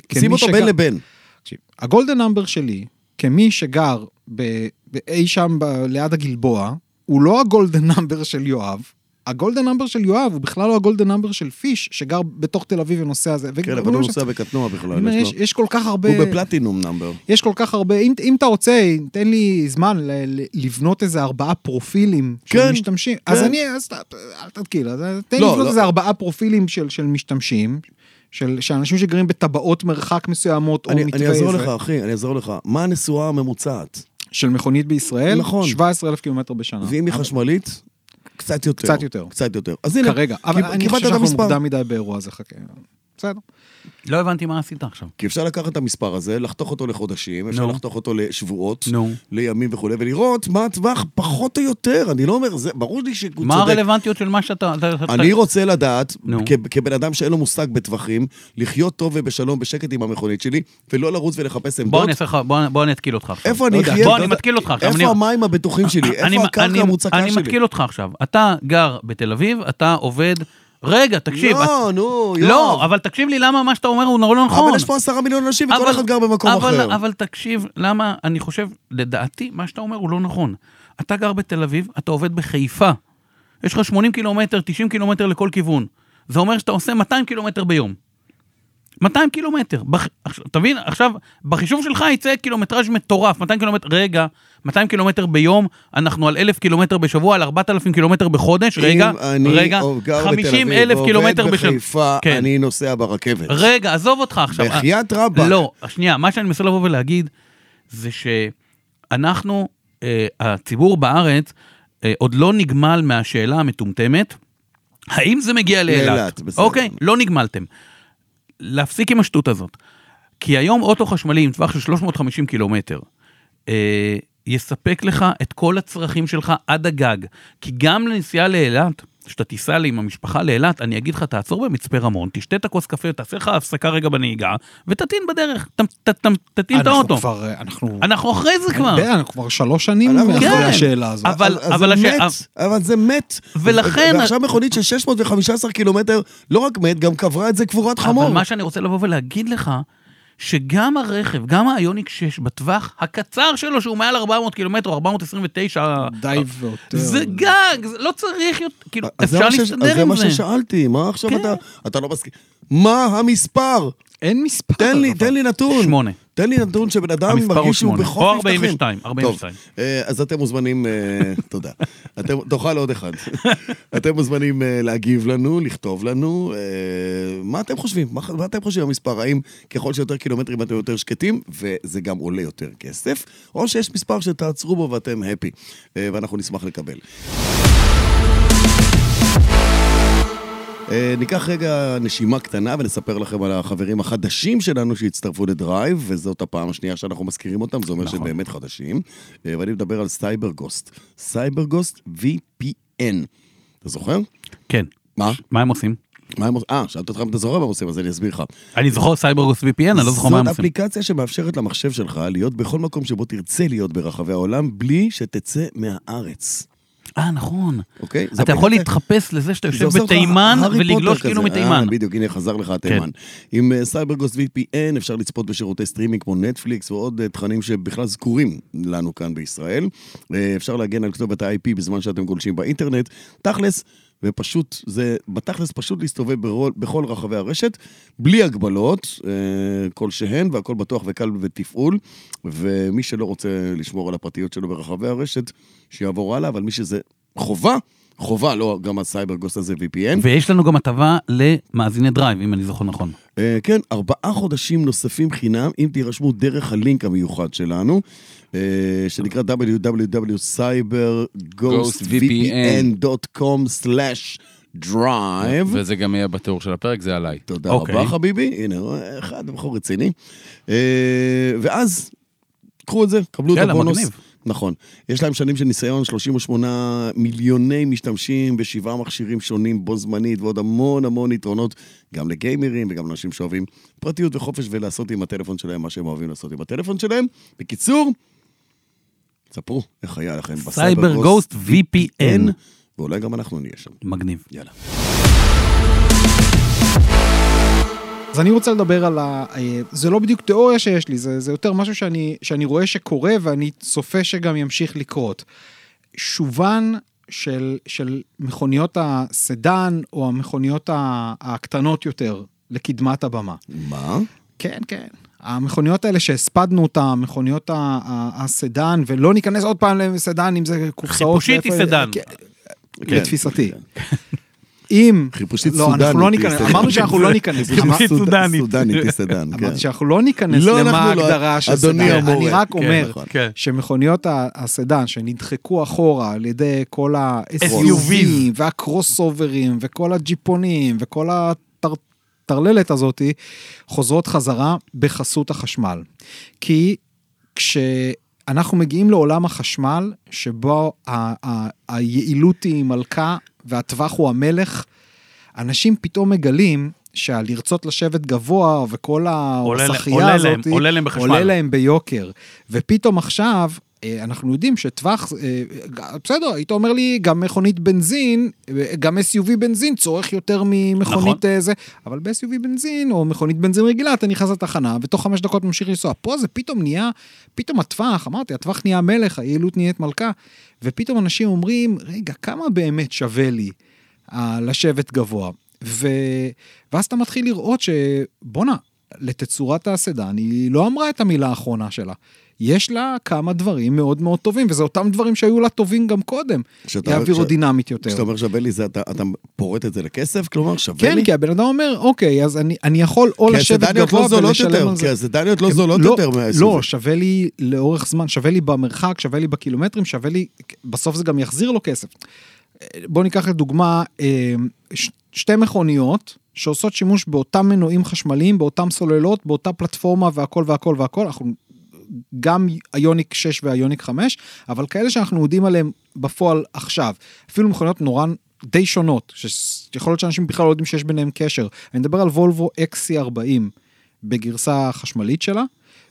A: שים
B: כמי
A: אותו
B: שגר-
A: בין לבין.
B: תקשיב, הגולדן נאמבר שלי, כמי שגר ב- באי שם ב- ליד הגלבוע, הוא לא הגולדן נאמבר של יואב. הגולדן נאמבר של יואב הוא בכלל לא הגולדן נאמבר של פיש, שגר בתוך תל אביב ונוסע על זה.
A: כן, אבל הוא נוסע בקטנוע בכלל. יש
B: יש,
A: לו-
B: יש כל כך הרבה...
A: הוא בפלטינום נאמבר.
B: יש כל כך הרבה, אם, אם אתה רוצה, תן לי זמן ל, ל, לבנות איזה ארבעה פרופילים של
A: כן,
B: משתמשים. אז
A: כן.
B: אני, אז ת- אל תתקיל, אז תן לי
A: לא,
B: לבנות
A: לא.
B: איזה ארבעה פרופילים של, של משתמשים, של, של אנשים שגרים בטבעות מרחק מסוימות,
A: אני
B: או
A: אני
B: מתווה
A: אעזור
B: איזה-
A: לך, אחי, אני אעזור לך. מה הנשואה הממוצעת?
B: של מכונית בישראל,
A: נכון.
B: 17 אלף קילומטר
C: אה.
B: בשנה.
A: ואם היא חשמלית, קצת יותר.
B: קצת יותר.
A: קצת יותר. אז הנה,
B: כרגע, אבל
A: קיב-
B: אני
A: קיבלת
B: חושב
A: את
B: שאנחנו
A: המספר.
B: מוקדם מדי באירוע הזה, חכה. בסדר.
C: לא הבנתי מה עשית עכשיו.
A: כי אפשר לקחת את המספר הזה, לחתוך אותו לחודשים, אפשר
C: נו.
A: לחתוך אותו לשבועות,
C: נו.
A: לימים וכולי, ולראות מה הטווח פחות או יותר. אני לא אומר, זה, ברור לי שהוא צודק.
C: מה הרלוונטיות של מה שאתה... אתה- אתה-
A: אני רוצה לדעת,
C: נו.
A: כ- כבן אדם שאין לו מושג בטווחים, לחיות טוב ובשלום, בשקט עם המכונית שלי, ולא לרוץ ולחפש
C: בוא
A: עמדות.
C: אני אעשה לך, בוא- בוא אני אתקיל אותך עכשיו.
A: איפה אני
B: לא יודע.
A: אחיה?
C: בוא,
A: לא
C: אני
A: יודע.
C: מתקיל אותך עכשיו. אני-
A: איפה המים הבטוחים שלי?
C: אני-
A: איפה הקרקע
C: אני-
A: המוצקה
C: אני
A: שלי?
C: מתקיל אותך עכשיו. אתה גר בתל אביב, אתה עובד... רגע, תקשיב.
A: לא, נו, יואב.
C: לא, אבל תקשיב לי למה מה שאתה אומר הוא לא נכון.
A: אבל יש פה עשרה מיליון אנשים,
C: אבל-
A: וכל אחד גר במקום
C: אבל,
A: אחר.
C: אבל תקשיב, למה, אני חושב, לדעתי, מה שאתה אומר הוא לא נכון. אתה גר בתל אביב, אתה עובד בחיפה. יש לך 80 קילומטר, 90 קילומטר לכל כיוון. זה אומר שאתה עושה 200 קילומטר ביום. 200 קילומטר. בח... עכשיו, תבין, עכשיו, בחישוב שלך יצא קילומטראז' מטורף. 200 קילומטר, רגע, 200 קילומטר ביום, אנחנו על 1,000 קילומטר בשבוע, על 4,000 קילומטר בחודש, רגע,
A: אם אני
C: רגע,
A: גר בתל
C: 50
A: אביב
C: אלף קילומטר
A: ועובד
C: בשנה.
A: בחיפה,
C: כן.
A: אני נוסע ברכבת.
C: רגע, עזוב אותך עכשיו.
A: בחייאת רבאק.
C: לא, שנייה, מה שאני מנסה לבוא ולהגיד, זה שאנחנו, אה, הציבור בארץ, אה, עוד לא נגמל מהשאלה המטומטמת, האם זה מגיע לאילת?
A: לאילת, בסדר.
C: אוקיי, לא נגמלתם. להפסיק עם השטות הזאת. כי היום אוטו חשמלי עם טווח של 350 קילומטר, אה, יספק לך את כל הצרכים שלך עד הגג. כי גם לנסיעה לאילת, כשאתה תיסע לי עם המשפחה לאילת, אני אגיד לך, תעצור במצפה רמון, תשתה את הכוס קפה, תעשה לך הפסקה רגע בנהיגה, ותטעין בדרך, ת- ת- ת- תטעין את
B: אנחנו
C: האוטו.
B: כבר, אה, אנחנו...
C: אנחנו אחרי זה כבר.
B: אני יודע, אנחנו כבר שלוש שנים
A: אנחנו-
B: מאחורי
C: כן.
B: השאלה הזאת.
C: אבל-
A: אז- אז
C: אבל
A: זה
C: הש-
A: מת, אבל זה מת.
C: ולכן-
A: ו- ועכשיו מכונית של 615 קילומטר, לא רק מת, גם קברה את זה קבורת חמור.
C: אבל מה שאני רוצה לבוא ולהגיד לך, שגם הרכב, גם האיוניק 6, בטווח הקצר שלו, שהוא מעל 400 קילומטר, 429...
B: די ויותר.
C: זה גג, זה לא צריך יותר, כאילו,
A: אז זה
C: אפשר
A: מה ש-
C: להסתדר
A: אז זה
C: עם
A: מה
C: זה.
A: ששאלתי, מה עכשיו
C: כן.
A: אתה... אתה לא מסכים. מה המספר?
B: אין מספר.
A: תן לי,
B: אבל.
A: תן לי נתון.
C: שמונה.
A: תן לי נתון שבן אדם
C: המספר הוא
A: מרגיש שהוא
C: שמונה.
A: בחוף
C: או
A: מבטחים.
C: 42, 42.
A: טוב, אה, אז אתם מוזמנים, אה, (laughs) תודה. אתם, תאכל עוד
C: (laughs)
A: אחד. אתם מוזמנים אה, להגיב לנו, לכתוב לנו. אה, מה אתם חושבים? מה, מה אתם חושבים במספר? האם ככל שיותר קילומטרים אתם יותר שקטים, וזה גם עולה יותר כסף, או שיש מספר שתעצרו בו ואתם הפי, אה, ואנחנו נשמח לקבל. אה, ניקח רגע נשימה קטנה ונספר לכם על החברים החדשים שלנו שהצטרפו לדרייב, וזאת הפעם השנייה שאנחנו מזכירים אותם, זה אומר
C: נכון.
A: שהם באמת חדשים. אה, ואני מדבר על סייבר גוסט. סייבר גוסט VPN. אתה זוכר?
C: כן.
A: מה?
C: מה הם עושים?
A: מה הם עושים? אה, שאלת אותך אם אתה זוכר מה הם עושים, אז אני אסביר לך.
C: אני זוכר סייברגוס VPN, כן, אני לא זוכר מה הם
A: זאת
C: עושים.
A: אפליקציה שמאפשרת למחשב שלך להיות בכל מקום שבו תרצה להיות ברחבי העולם, בלי שתצא מהארץ.
C: אה, נכון.
A: אוקיי? זו
C: אתה יכול
A: אפליקציה-
C: להתחפש לזה שאתה
A: זה
C: יושב
A: עושה אותך
C: בתימן
A: הארי פוטר
C: ולגלוש
A: כזה.
C: כאילו
A: אה,
C: מתימן. כן.
A: בדיוק, הנה חזר לך התימן. עם אה, סייברגוסט VPN אפשר לצפות בשירותי סטרימינג כמו נטפליקס ועוד אה, תכנים שבכלל זכורים לנו כאן בישראל. אה, אפשר להגן על כתובת ה-IP בזמן שאתם גולשים באינטרנט. תכלס, ופשוט, זה בתכלס פשוט להסתובב ברול, בכל רחבי הרשת, בלי הגבלות אה, כלשהן, והכל בטוח וקל בתפעול. ומי שלא רוצה לשמור על הפרטיות שלו ברחבי הרשת, שיעבור הלאה, אבל מי שזה חובה, חובה, לא, גם הסייבר גוסט הזה VPN.
C: ויש לנו גם הטבה למאזיני דרייב, אם אני זוכר נכון.
A: אה, כן, ארבעה חודשים נוספים חינם, אם תירשמו דרך הלינק המיוחד שלנו, אה, שנקרא www.cyberghostvpn.com/drive.
D: וזה גם יהיה בתיאור של הפרק, זה עליי.
A: תודה
C: אוקיי.
A: רבה חביבי, הנה, אה, אחד בחור רציני. אה, ואז, קחו את זה, קבלו את
C: יאללה,
A: הבונוס.
C: מגניב.
A: נכון. יש להם שנים של ניסיון, 38 מיליוני משתמשים בשבעה מכשירים שונים בו זמנית, ועוד המון המון יתרונות, גם לגיימרים וגם לאנשים שאוהבים פרטיות וחופש ולעשות עם הטלפון שלהם מה שהם אוהבים לעשות עם הטלפון שלהם. בקיצור, ספרו איך היה לכם כן,
C: סייבר גוסט VPN.
A: ואולי גם אנחנו נהיה שם.
C: מגניב.
A: יאללה.
B: אז אני רוצה לדבר על ה... אה, זה לא בדיוק תיאוריה שיש לי, זה, זה יותר משהו שאני, שאני רואה שקורה ואני צופה שגם ימשיך לקרות. שובן של, של מכוניות הסדן או המכוניות ה- הקטנות יותר לקדמת הבמה.
A: מה?
B: כן, כן. המכוניות האלה שהספדנו אותן, מכוניות ה- ה- הסדן, ולא ניכנס עוד פעם לסדן, אם זה קופסאות.
C: חיפושית היא
B: ואיפה-
C: סדן.
A: כן.
B: כן, לתפיסתי. אם...
A: חיפושית
B: לא, אנחנו לא
A: סודנית,
B: ניכנס,
A: היא
B: אמרנו שאנחנו לא ניכנס. אמר-
C: חיפושית סודנית.
A: סודנית היא סדן, כן.
B: אמרתי שאנחנו לא ניכנס
A: לא,
B: למה
A: אנחנו לא.
B: ההגדרה של סדן.
A: אדוני המורה.
B: אני רק
A: כן,
B: אומר
A: נכון.
C: כן.
B: שמכוניות ה- הסדן שנדחקו אחורה על ידי כל ה-SUV
C: SUVs.
B: והקרוס אוברים וכל הג'יפונים וכל הטר... הטרללת הזאת חוזרות חזרה בחסות החשמל. כי כשאנחנו מגיעים לעולם החשמל, שבו ה- ה- היעילות היא מלכה והטווח הוא המלך, אנשים פתאום מגלים שהלרצות לשבת גבוה וכל
C: עולה לה-
B: הסחייה
C: עולה להם-
B: הזאת,
C: עולה להם בחשמל.
B: עולה להם ביוקר. ופתאום עכשיו, אה, אנחנו יודעים שטווח, אה, ג- בסדר, היית אומר לי, גם מכונית בנזין, אה, גם SUV בנזין צורך יותר ממכונית נכון. זה, אבל ב-SUV בנזין, או מכונית בנזין רגילה, אתה נכנס לתחנה, ותוך חמש דקות ממשיך לנסוע. פה זה פתאום נהיה, פתאום הטווח, אמרתי, הטווח נהיה מלך, היעילות נהיית מלכה, ופתאום אנשים אומרים, רגע, כמה באמת שווה לי אה, לשבת גבוה? ו... ואז אתה מתחיל לראות שבואנה, לתצורת הסדן, היא לא אמרה את המילה האחרונה שלה. יש לה כמה דברים מאוד מאוד טובים, וזה אותם דברים שהיו לה טובים גם קודם.
A: כשאתה-
B: היא אווירודינמית יותר.
A: כשאתה אומר שווה לי זה, אתה, אתה פורט את זה לכסף? כלומר, שווה לי?
B: כן, כי הבן אדם אומר, אוקיי, אז אני, אני יכול או
A: כי
B: לשבת
A: הסדניות
B: גבוה
A: לא זולות
B: ולשלם
A: יותר,
B: על זה. כן.
A: כי הסדניות לא זולות יותר מהסוג.
B: לא, שווה לי לאורך זמן, שווה לי במרחק, שווה לי בקילומטרים, שווה לי, בסוף זה גם יחזיר לו כסף. בואו ניקח לדוגמה אה, ש- שתי מכוניות שעושות שימוש באותם מנועים חשמליים, באותם סוללות, באותה פלטפורמה והכל והכל והכל, אנחנו גם היוניק 6 והיוניק 5, אבל כאלה שאנחנו יודעים עליהם בפועל עכשיו. אפילו מכוניות נורא די שונות, שיכול להיות שאנשים בכלל לא יודעים שיש ביניהם קשר. אני מדבר על וולבו XC40 בגרסה החשמלית שלה,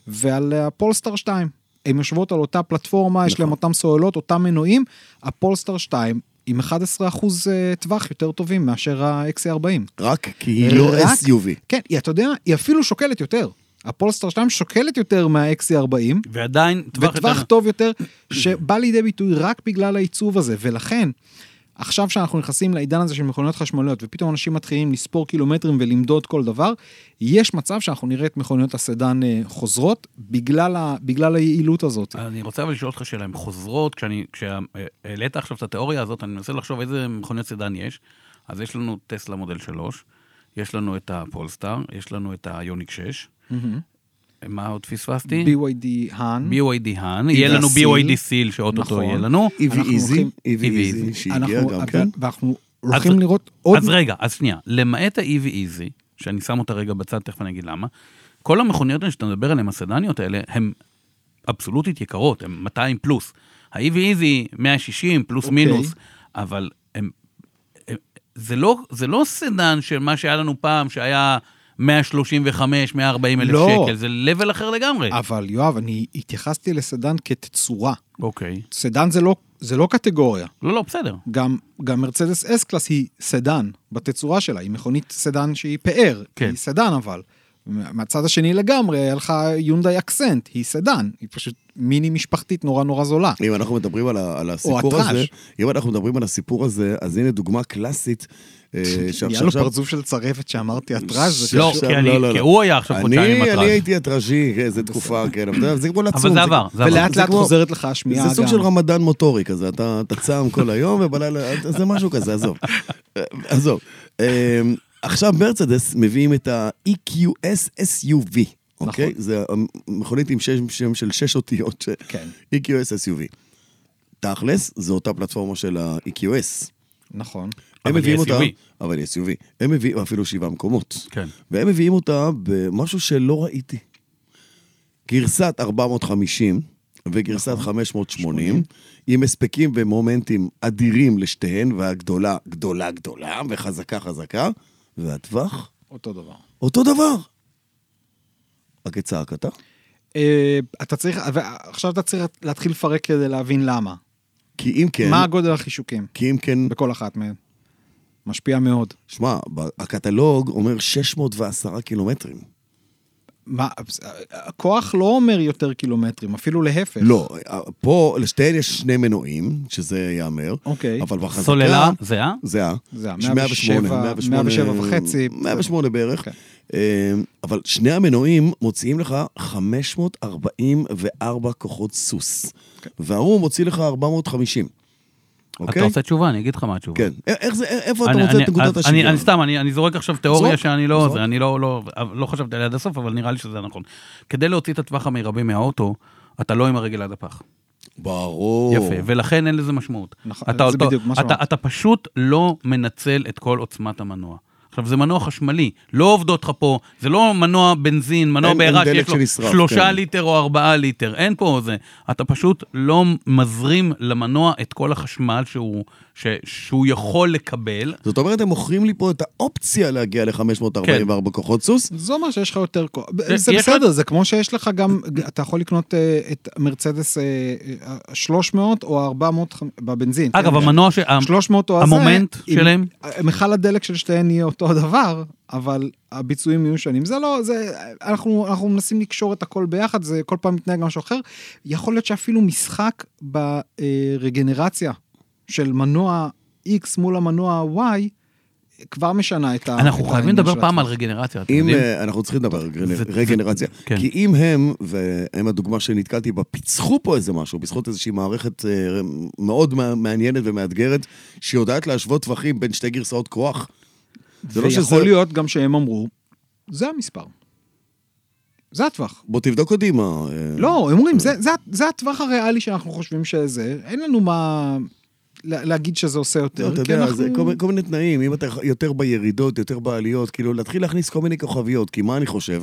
B: ועל הפולסטאר 2. הן יושבות על אותה פלטפורמה, יש
A: נכון.
B: להם אותם סוללות, אותם מנועים. הפולסטאר 2 עם 11% אה, טווח יותר טובים מאשר ה-XC40.
A: רק כי היא לא
B: רק-
A: SUV.
B: כן, היא, אתה יודע, היא אפילו שוקלת יותר. הפולסטאר 2 שוקלת יותר מה-XC40,
C: ועדיין טווח
B: וטווח
C: יותר...
B: טוב יותר, שבא לידי ביטוי רק בגלל העיצוב הזה, ולכן, עכשיו שאנחנו נכנסים לעידן הזה של מכוניות חשמליות, ופתאום אנשים מתחילים לספור קילומטרים ולמדוד כל דבר, יש מצב שאנחנו נראה את מכוניות הסדן אה, חוזרות, בגלל, ה, בגלל היעילות הזאת.
C: אני רוצה אבל לשאול אותך שאלה, הן חוזרות, כשאני- כשהעלית עכשיו את התיאוריה הזאת, אני מנסה לחשוב איזה מכוניות סדן יש. אז יש לנו טסלה מודל 3, יש לנו את הפולסטאר, יש לנו את היוניק 6. מה עוד פספסתי?
B: BYD האן,
C: BYD האן, יהיה לנו
B: הסיל.
C: BYD סיל שאו-טו-טו
B: נכון.
C: יהיה לנו.
A: EV
B: אנחנו
A: איזי,
B: הולכים- E
A: EV
C: EV.
A: איזי, E שהגיע
B: אנחנו-
A: גם
B: אבל-
A: כן.
B: ואנחנו הולכים לראות עוד...
C: אז רגע, אז שנייה, למעט ה-EV Easy, שאני שם אותה רגע בצד, תכף אני אגיד למה, כל המכוניות האלה שאתה מדבר עליהן, הסדניות האלה, הן אבסולוטית יקרות, הן 200 פלוס. ה-EV Easy 160 פלוס okay.
B: אוקיי.
C: מינוס, אבל הם, הם, זה, לא, זה לא סדן של מה שהיה לנו פעם, שהיה 135, 140 אלף
B: לא.
C: שקל, זה level אחר לגמרי.
B: אבל יואב, אני התייחסתי לסדן כתצורה.
C: אוקיי.
B: סדן זה לא, זה לא קטגוריה.
C: לא, לא, בסדר.
B: גם, גם מרצדס אס קלאס היא סדן בתצורה שלה, היא מכונית סדן שהיא פאר,
C: כן.
B: כן. היא סדן אבל. מה- מהצד השני לגמרי, היה לך יונדאי אקסנט, היא סדן, היא פשוט מיני משפחתית נורא נורא זולה.
A: אם אנחנו מדברים על, ה- על הסיפור
B: הטראש.
A: הזה, אם אנחנו מדברים על הסיפור הזה, אז הנה דוגמה קלאסית.
B: (laughs)
A: אה, שעכשיו-
B: נהיה לו
A: שעכשיו-
B: פרצוף של צרבת שאמרתי, הטראז' זה
C: לא,
A: שעכשיו-
C: כי אני- כי הוא היה עכשיו חודשיים עם
A: אני-
C: הטראז'.
A: אני הייתי הטראז'י, איזה תקופה, כן, אבל אתה יודע, זה כמו לצום.
C: אבל זה עבר,
A: כמו-
C: זה עבר.
B: ולאט לאט
A: כמו-
B: חוזרת לך השמיעה גם.
A: זה סוג של רמדאן מוטורי כזה, אתה אתה צם כל היום ובלילה, אתה- זה משהו כזה, עזוב. אה, עזוב. אה, עכשיו מרצדס מביאים את ה-EQS SUV,
B: נכון.
A: אוקיי? זה מכונית עם שם- שם של שש אותיות, E ש-
B: כן.
A: EQS SUV. תכלס, זו אותה פלטפורמה של ה-EQS.
B: נכון.
A: הם
C: אבל
A: מביאים
C: היא
A: אותה,
C: SUV.
A: אבל היא SUV, הם מביאים אפילו שבעה מקומות.
C: כן.
A: והם מביאים אותה במשהו שלא ראיתי. גרסת 450 וגרסת
C: נכון.
A: 580, עם הספקים ומומנטים אדירים לשתיהן, והגדולה גדולה גדולה וחזקה חזקה, והטווח
B: אותו דבר.
A: אותו דבר. רק את צעקתה.
B: אה, אתה צריך, עכשיו אתה צריך להתחיל לפרק כדי להבין למה.
A: כי אם כן,
B: מה הגודל החישוקים
A: כי אם כן,
B: בכל אחת מהן? משפיע מאוד.
A: שמע, ב- הקטלוג אומר 610 קילומטרים.
B: מה, אה, הכוח לא אומר יותר קילומטרים, אפילו להפך.
A: לא, פה לשתיהן יש שני מנועים, שזה ייאמר.
B: אוקיי.
A: אבל בחזקה...
C: סוללה, זהה?
A: זה ה...
B: זה ה-
A: יש
B: 107,
A: 108,
B: 107 וחצי.
A: 108 בערך.
B: כן.
A: אה, אבל שני המנועים מוציאים לך 544 כוחות סוס.
B: אוקיי.
A: וההוא מוציא לך 450. אוקיי?
C: אתה רוצה תשובה? אני אגיד לך מה התשובה.
A: כן. א- איך זה, א- איפה אתה
C: אני-
A: מוצא
C: אני-
A: את נקודת
C: אז
A: השוויון?
C: אני, אני סתם, אני, אני זורק עכשיו תיאוריה
A: זרוק,
C: שאני לא,
A: זרוק.
C: זה, אני לא, לא, לא חשבתי עליה עד הסוף, אבל נראה לי שזה נכון. כדי להוציא את הטווח המרבי מהאוטו, אתה לא עם הרגל עד הפח.
A: ברור.
C: יפה, ולכן אין לזה משמעות.
B: נכון,
C: אתה,
B: זה
C: אתה,
B: בדיוק מה
C: אתה,
B: שאמרתי.
C: אתה פשוט לא מנצל את כל עוצמת המנוע. עכשיו, זה מנוע חשמלי, לא עובדות לך פה, זה לא מנוע בנזין, מנוע
A: אין- אין
C: בעירה
A: דלק
C: שיש לו
A: שנשרף,
C: שלושה
A: כן.
C: ליטר או ארבעה ליטר, אין פה זה. אתה פשוט לא מזרים למנוע את כל החשמל שהוא, ש, שהוא יכול לקבל.
A: זאת אומרת, הם מוכרים לי פה את האופציה להגיע ל-544
C: כן.
A: כוחות סוס.
B: זו מה שיש לך יותר כוח.
C: זה-
B: זה
C: יש
B: בסדר, זה כמו שיש לך גם, אתה יכול לקנות אה, את מרצדס אה, אה, 300 או 400 בבנזין.
C: אגב,
B: כן?
C: המנוע ש...
B: 300 או הזה,
C: המומנט
B: עם-
C: שלהם?
B: מכל הדלק של שתיהן יהיה אותו הדבר, אבל הביצועים יהיו שונים. זה לא, זה, אנחנו, אנחנו מנסים לקשור את הכל ביחד, זה כל פעם מתנהג משהו אחר. יכול להיות שאפילו משחק ברגנרציה של מנוע X מול המנוע Y, כבר משנה את ה...
C: אנחנו
B: את
C: חייבים
B: העניין
C: לדבר
B: של
C: פעם
B: עצמו.
C: על רגנרציה, אתם
A: אה, אם
C: יודעים?
A: אה, אנחנו צריכים לדבר על רגנ-
C: זה-
A: רגנרציה,
C: זה- כן.
A: כי אם הם, והם הדוגמה שנתקלתי בה, פיצחו פה איזה משהו, בזכות איזושהי מערכת אה, מאוד מע- מעניינת ומאתגרת, שיודעת להשוות טווחים בין שתי גרסאות כוח. זה לא שזה...
B: ויכול להיות גם שהם אמרו, זה המספר. זה הטווח.
A: בוא תבדוק אותי מה... אה,
B: לא, הם אומרים, זה, זה, זה הטווח הריאלי שאנחנו חושבים שזה, אין לנו מה לה- להגיד שזה עושה יותר,
A: לא, אתה
B: כי
A: יודע,
B: כן, אנחנו...
A: זה כל, מיני- כל מיני תנאים, אם אתה יותר בירידות, יותר בעליות, כאילו להתחיל להכניס כל מיני כוכביות, כי מה אני חושב?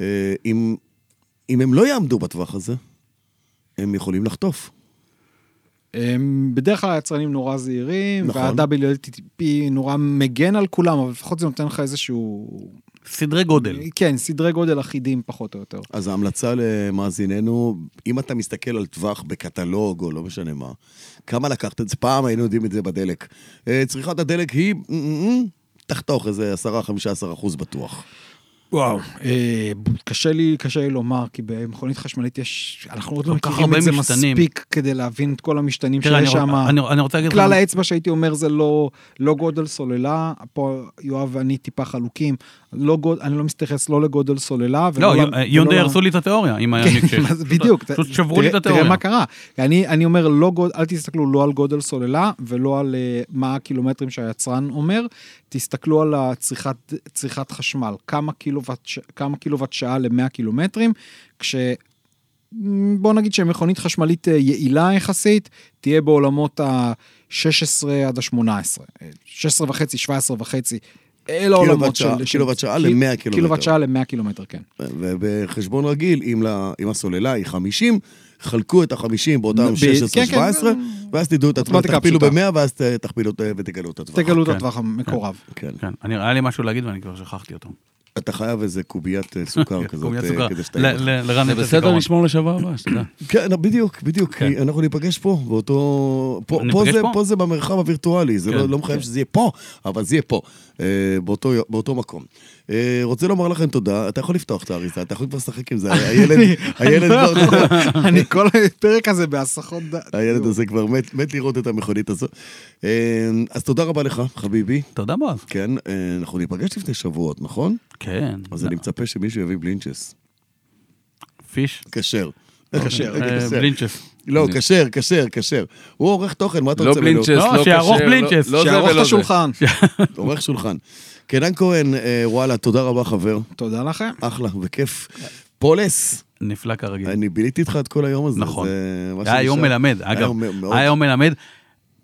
A: אה, אם, אם הם לא יעמדו בטווח הזה, הם יכולים לחטוף.
B: הם בדרך כלל היצרנים נורא זהירים,
A: נכון.
B: וה-WLTP נורא מגן על כולם, אבל לפחות זה נותן לך איזשהו...
C: סדרי גודל.
B: כן, סדרי גודל אחידים פחות או יותר.
A: אז ההמלצה למאזיננו, אם אתה מסתכל על טווח בקטלוג או לא משנה מה, כמה לקחת את זה? פעם היינו יודעים את זה בדלק. אה, צריכת הדלק היא, אה, אה, אה, תחתוך איזה 10-15 אחוז בטוח.
B: וואו. אה, ב- קשה לי, קשה לי לומר, כי במכונית חשמלית יש... אנחנו עוד לא
C: כל כך
B: מכירים
C: הרבה
B: את זה
C: משתנים.
B: מספיק כדי להבין את כל המשתנים
C: תראה, אני
B: שיש
C: רוצ-
B: שם.
C: אני אני רוצה להגיד לך...
B: כלל האצבע שהייתי אומר זה לא, לא גודל סוללה, פה יואב ואני טיפה חלוקים, לא גוד, אני לא מתייחס לא לגודל סוללה.
C: לא,
B: ולא ל-
C: יונדה
B: ולא ל-
C: הרסו לי את התיאוריה עם היוניק 6.
B: כן, מה זה- בדיוק.
C: פשוט
B: ת-
C: שברו לי את
B: תראה-
C: התיאוריה.
B: תראה מה קרה. אני, אני אומר, לא גוד, אל תסתכלו לא על גודל סוללה ולא על אה, מה הקילומטרים שהיצרן אומר, תסתכלו על הצריכת, צריכת חשמל, כמה קילוואט, ש- כמה קילוואט שעה ל-100 קילומטרים, כש... מ, בוא נגיד שמכונית חשמלית אה, יעילה יחסית, תהיה בעולמות ה-16 עד ה-18, 16 וחצי, 17 וחצי. אלה
A: קילוואט
B: העולמות של...
A: שעה-
B: של-
A: קילוואט שעה
B: קיל-
A: ל-100 קילומטר.
B: קילוואט שעה ל-100 קילומטר, כן.
A: ובחשבון רגיל, אם, לה, אם הסוללה היא 50, חלקו את ה-50 באותם
B: ב-
A: 16-17,
B: כן, כן, זה-
A: ואז תדעו את הטווח,
B: מתמטיקה
A: תכפילו
B: פשוטה.
A: ב-100, ואז ת- תכפילו את- ותגלו את הטווח.
B: תגלו את
C: כן.
B: הטווח המקורב.
A: כן.
C: כן, אני- היה לי משהו להגיד ואני כבר שכחתי אותו.
A: אתה חייב איזה קוביית אה,
B: כן,
A: סוכר כזאת,
C: קומיית
A: אה,
C: סוכר.
A: כדי שתהיה
C: ל-
A: לך.
C: ל- לרענן
D: זה
C: את
D: בסדר
C: הזיכרון.
D: לשמור לשבוע הבא, שתדע.
A: כן, בדיוק, בדיוק,
C: כן.
A: כי אנחנו ניפגש פה, באותו... פה,
C: ניפגש
A: פה, זה,
C: פה?
A: פה זה במרחב הווירטואלי, זה
C: כן,
A: לא, לא מחייב שזה יהיה פה, אבל זה יהיה פה, אה, באותו, באותו מקום. אה, רוצה לומר לכם תודה, אתה יכול לפתוח את האריזה, אתה יכול כבר לשחק עם
C: (laughs)
A: זה, הילד, הילד
C: לא
A: כבר...
B: לא-
A: לא-
B: אני כל הפרק הזה בהסחות כאילו,
A: (laughs)
B: דעת.
A: הילד הזה כבר מת, מת לראות את המכונית הזו. אה, אז תודה רבה לך, חביבי.
C: תודה בועז.
A: כן, אה, אנחנו ניפגש לפני שבועות, נכון?
C: כן.
A: אז אני מצפה שמישהו יביא בלינצ'ס.
C: פיש.
A: כשר. (laughs) אוקיי,
B: כשר,
C: אה,
A: כשר.
C: בלינצ'ס.
A: לא, כשר, כשר, כשר. הוא עורך תוכן, מה אתה
D: לא
A: רוצה ממנו?
D: בלינצ'ס,
C: לא,
D: לא
C: שיערוך
D: כשר,
C: בלינצ'ס.
D: לא- לא זה
B: שיערוך את
D: ולא זה.
B: השולחן.
A: עורך שולחן. קנן כהן, אה, וואלה, תודה רבה חבר.
B: תודה לכם.
A: אחלה וכיף. פולס,
C: נפלא כרגיל.
A: אני ביליתי איתך את כל היום הזה.
C: כן. נכון.
A: זה מה
C: זה היה יום
A: שנשאר.
C: מלמד,
A: היה
C: אגב.
A: יום מ- מאוד.
C: היה יום מלמד.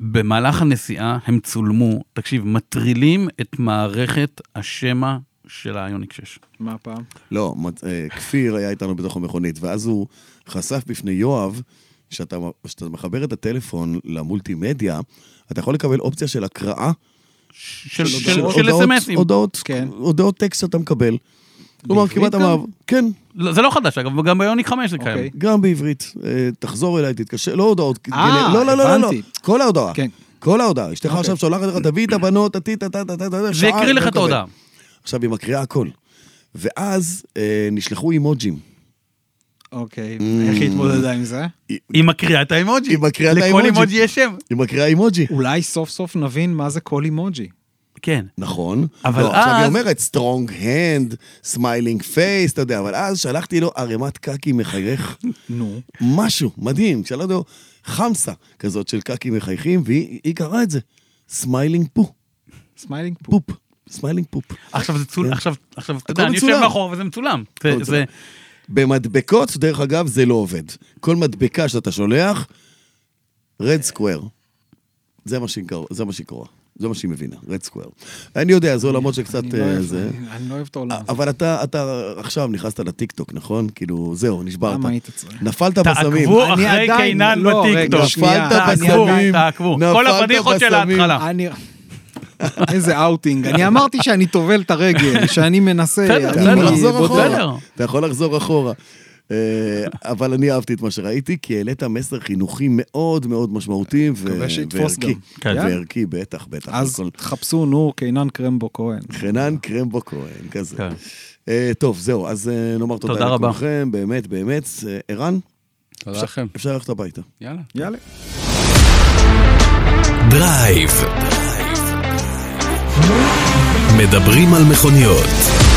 C: במהלך הנסיעה הם צולמו, תקשיב, מטרילים את מערכת השמע של היוניק 6.
B: מה הפעם?
A: לא, מצ- אה, כפיר היה איתנו בתוך המכונית, ואז הוא חשף בפני יואב, שאתה שאתה מחבר את הטלפון למולטימדיה, אתה יכול לקבל אופציה של הקראה
C: של
B: של הודעות.
C: של
A: הודעות-
C: אס.אם.אסים.
A: הודעות,
B: כן.
A: הודעות טקסט שאתה מקבל. כלומר,
B: בעברית
A: כמעט
B: גם?
A: המעבר. כן,
C: זה לא חדש, אגב, גם ביוניק 5 זה קיים.
B: אוקיי.
A: גם בעברית. אה, תחזור אליי, תתקשר, לא הודעות.
B: אה,
A: גנר- לא, לא, לא, לא, לא.
B: הבנתי.
A: כל ההודעה.
B: כן.
A: כל ההודעה. אשתך
B: אוקיי.
A: עכשיו שולחת לך, תביא את הבנות, תתי, תתה, תתה, תתה,
C: זה
A: שעה,
C: יקריא
A: אתה
C: לך את
A: מקבל.
C: ההודעה.
A: עכשיו, היא מקריאה הכל. ואז אה, נשלחו אימוג'ים.
B: אוקיי, איך היא התמודדה עם זה?
C: היא מקריאה את האימוג'י.
A: היא מקריאה את
C: לכל
A: האימוג'י.
C: אימוג'י יש שם.
A: היא מקריאה אימוג'י.
B: אולי סוף סוף נבין מה זה כל אימוג'י.
C: כן.
A: נכון.
C: אבל
A: לא, עכשיו היא
C: אז-
A: אומרת, strong hand, smiling face, אתה יודע, אבל אז שלחתי לו ערימת קקי מחייך.
B: נו.
A: משהו מדהים, שלחתי לו חמסה כזאת של קקי מחייכים, והיא היא קראה את זה. סמיילינג פו,
B: סמיילינג פופ.
A: פופ, סמיילינג פופ.
C: עכשיו זה צולם, עכשיו, עכשיו, אתה
A: כן.
C: יודע,
A: הכל
C: אני יושב
A: מצולם.
C: מאחור וזה מצולם. זה-
A: הכל
C: זה,
A: מצולם. במדבקות, דרך אגב, זה לא עובד. כל מדבקה שאתה שולח, רד סקוואר. זה מה שקורה. זה מה שהיא מבינה, רד סקוויר. אני יודע, זה עולמות שקצת
B: אני לא אוהב-
A: אה, זה. אה,
B: אני- אני לא אוהב את העולם הזה.
A: אבל אתה, אתה עכשיו נכנסת לטיקטוק, נכון? כאילו, זהו, נשברת.
B: למה היית צריך?
A: נפלת בסמים.
C: תעקבו
B: אני
C: אחרי
B: עדיין-
C: קינן
B: לא, רגע,
C: בטיקטוק.
B: שנייה,
A: נפלת
B: אני
C: תעקבו,
A: בסמים.
C: תעקבו.
A: נפלת
C: כל הפדיחות של
A: בסמים.
C: ההתחלה.
B: אני... איזה אאוטינג. אני אמרתי שאני טובל את הרגל, שאני מנסה.
C: בסדר,
A: אתה
B: אני
A: יכול
C: בסדר,
A: לחזור
B: בודק.
A: אחורה.
C: בסדר.
A: אתה יכול לחזור אחורה. אה, אבל אני אהבתי את מה שראיתי, כי העלית מסר חינוכי מאוד מאוד משמעותי ו-
B: מקווה שיתפוס
A: וערכי.
B: גם.
C: כן.
A: וערכי, בטח, בטח.
B: אז
A: הכל-
B: חפשו, נו, קינן קרמבו כהן.
A: חנן קרמבו כהן, כזה.
C: כן.
A: אה, טוב, זהו, אז אה, נאמר
C: תודה
A: תודה
C: רבה.
A: לכולכם, באמת, באמת. אה, ערן,
D: תודה לכם.
A: אפשר ללכת הביתה.
D: יאללה.
B: יאללה.
E: דרייב. מדברים על מכוניות.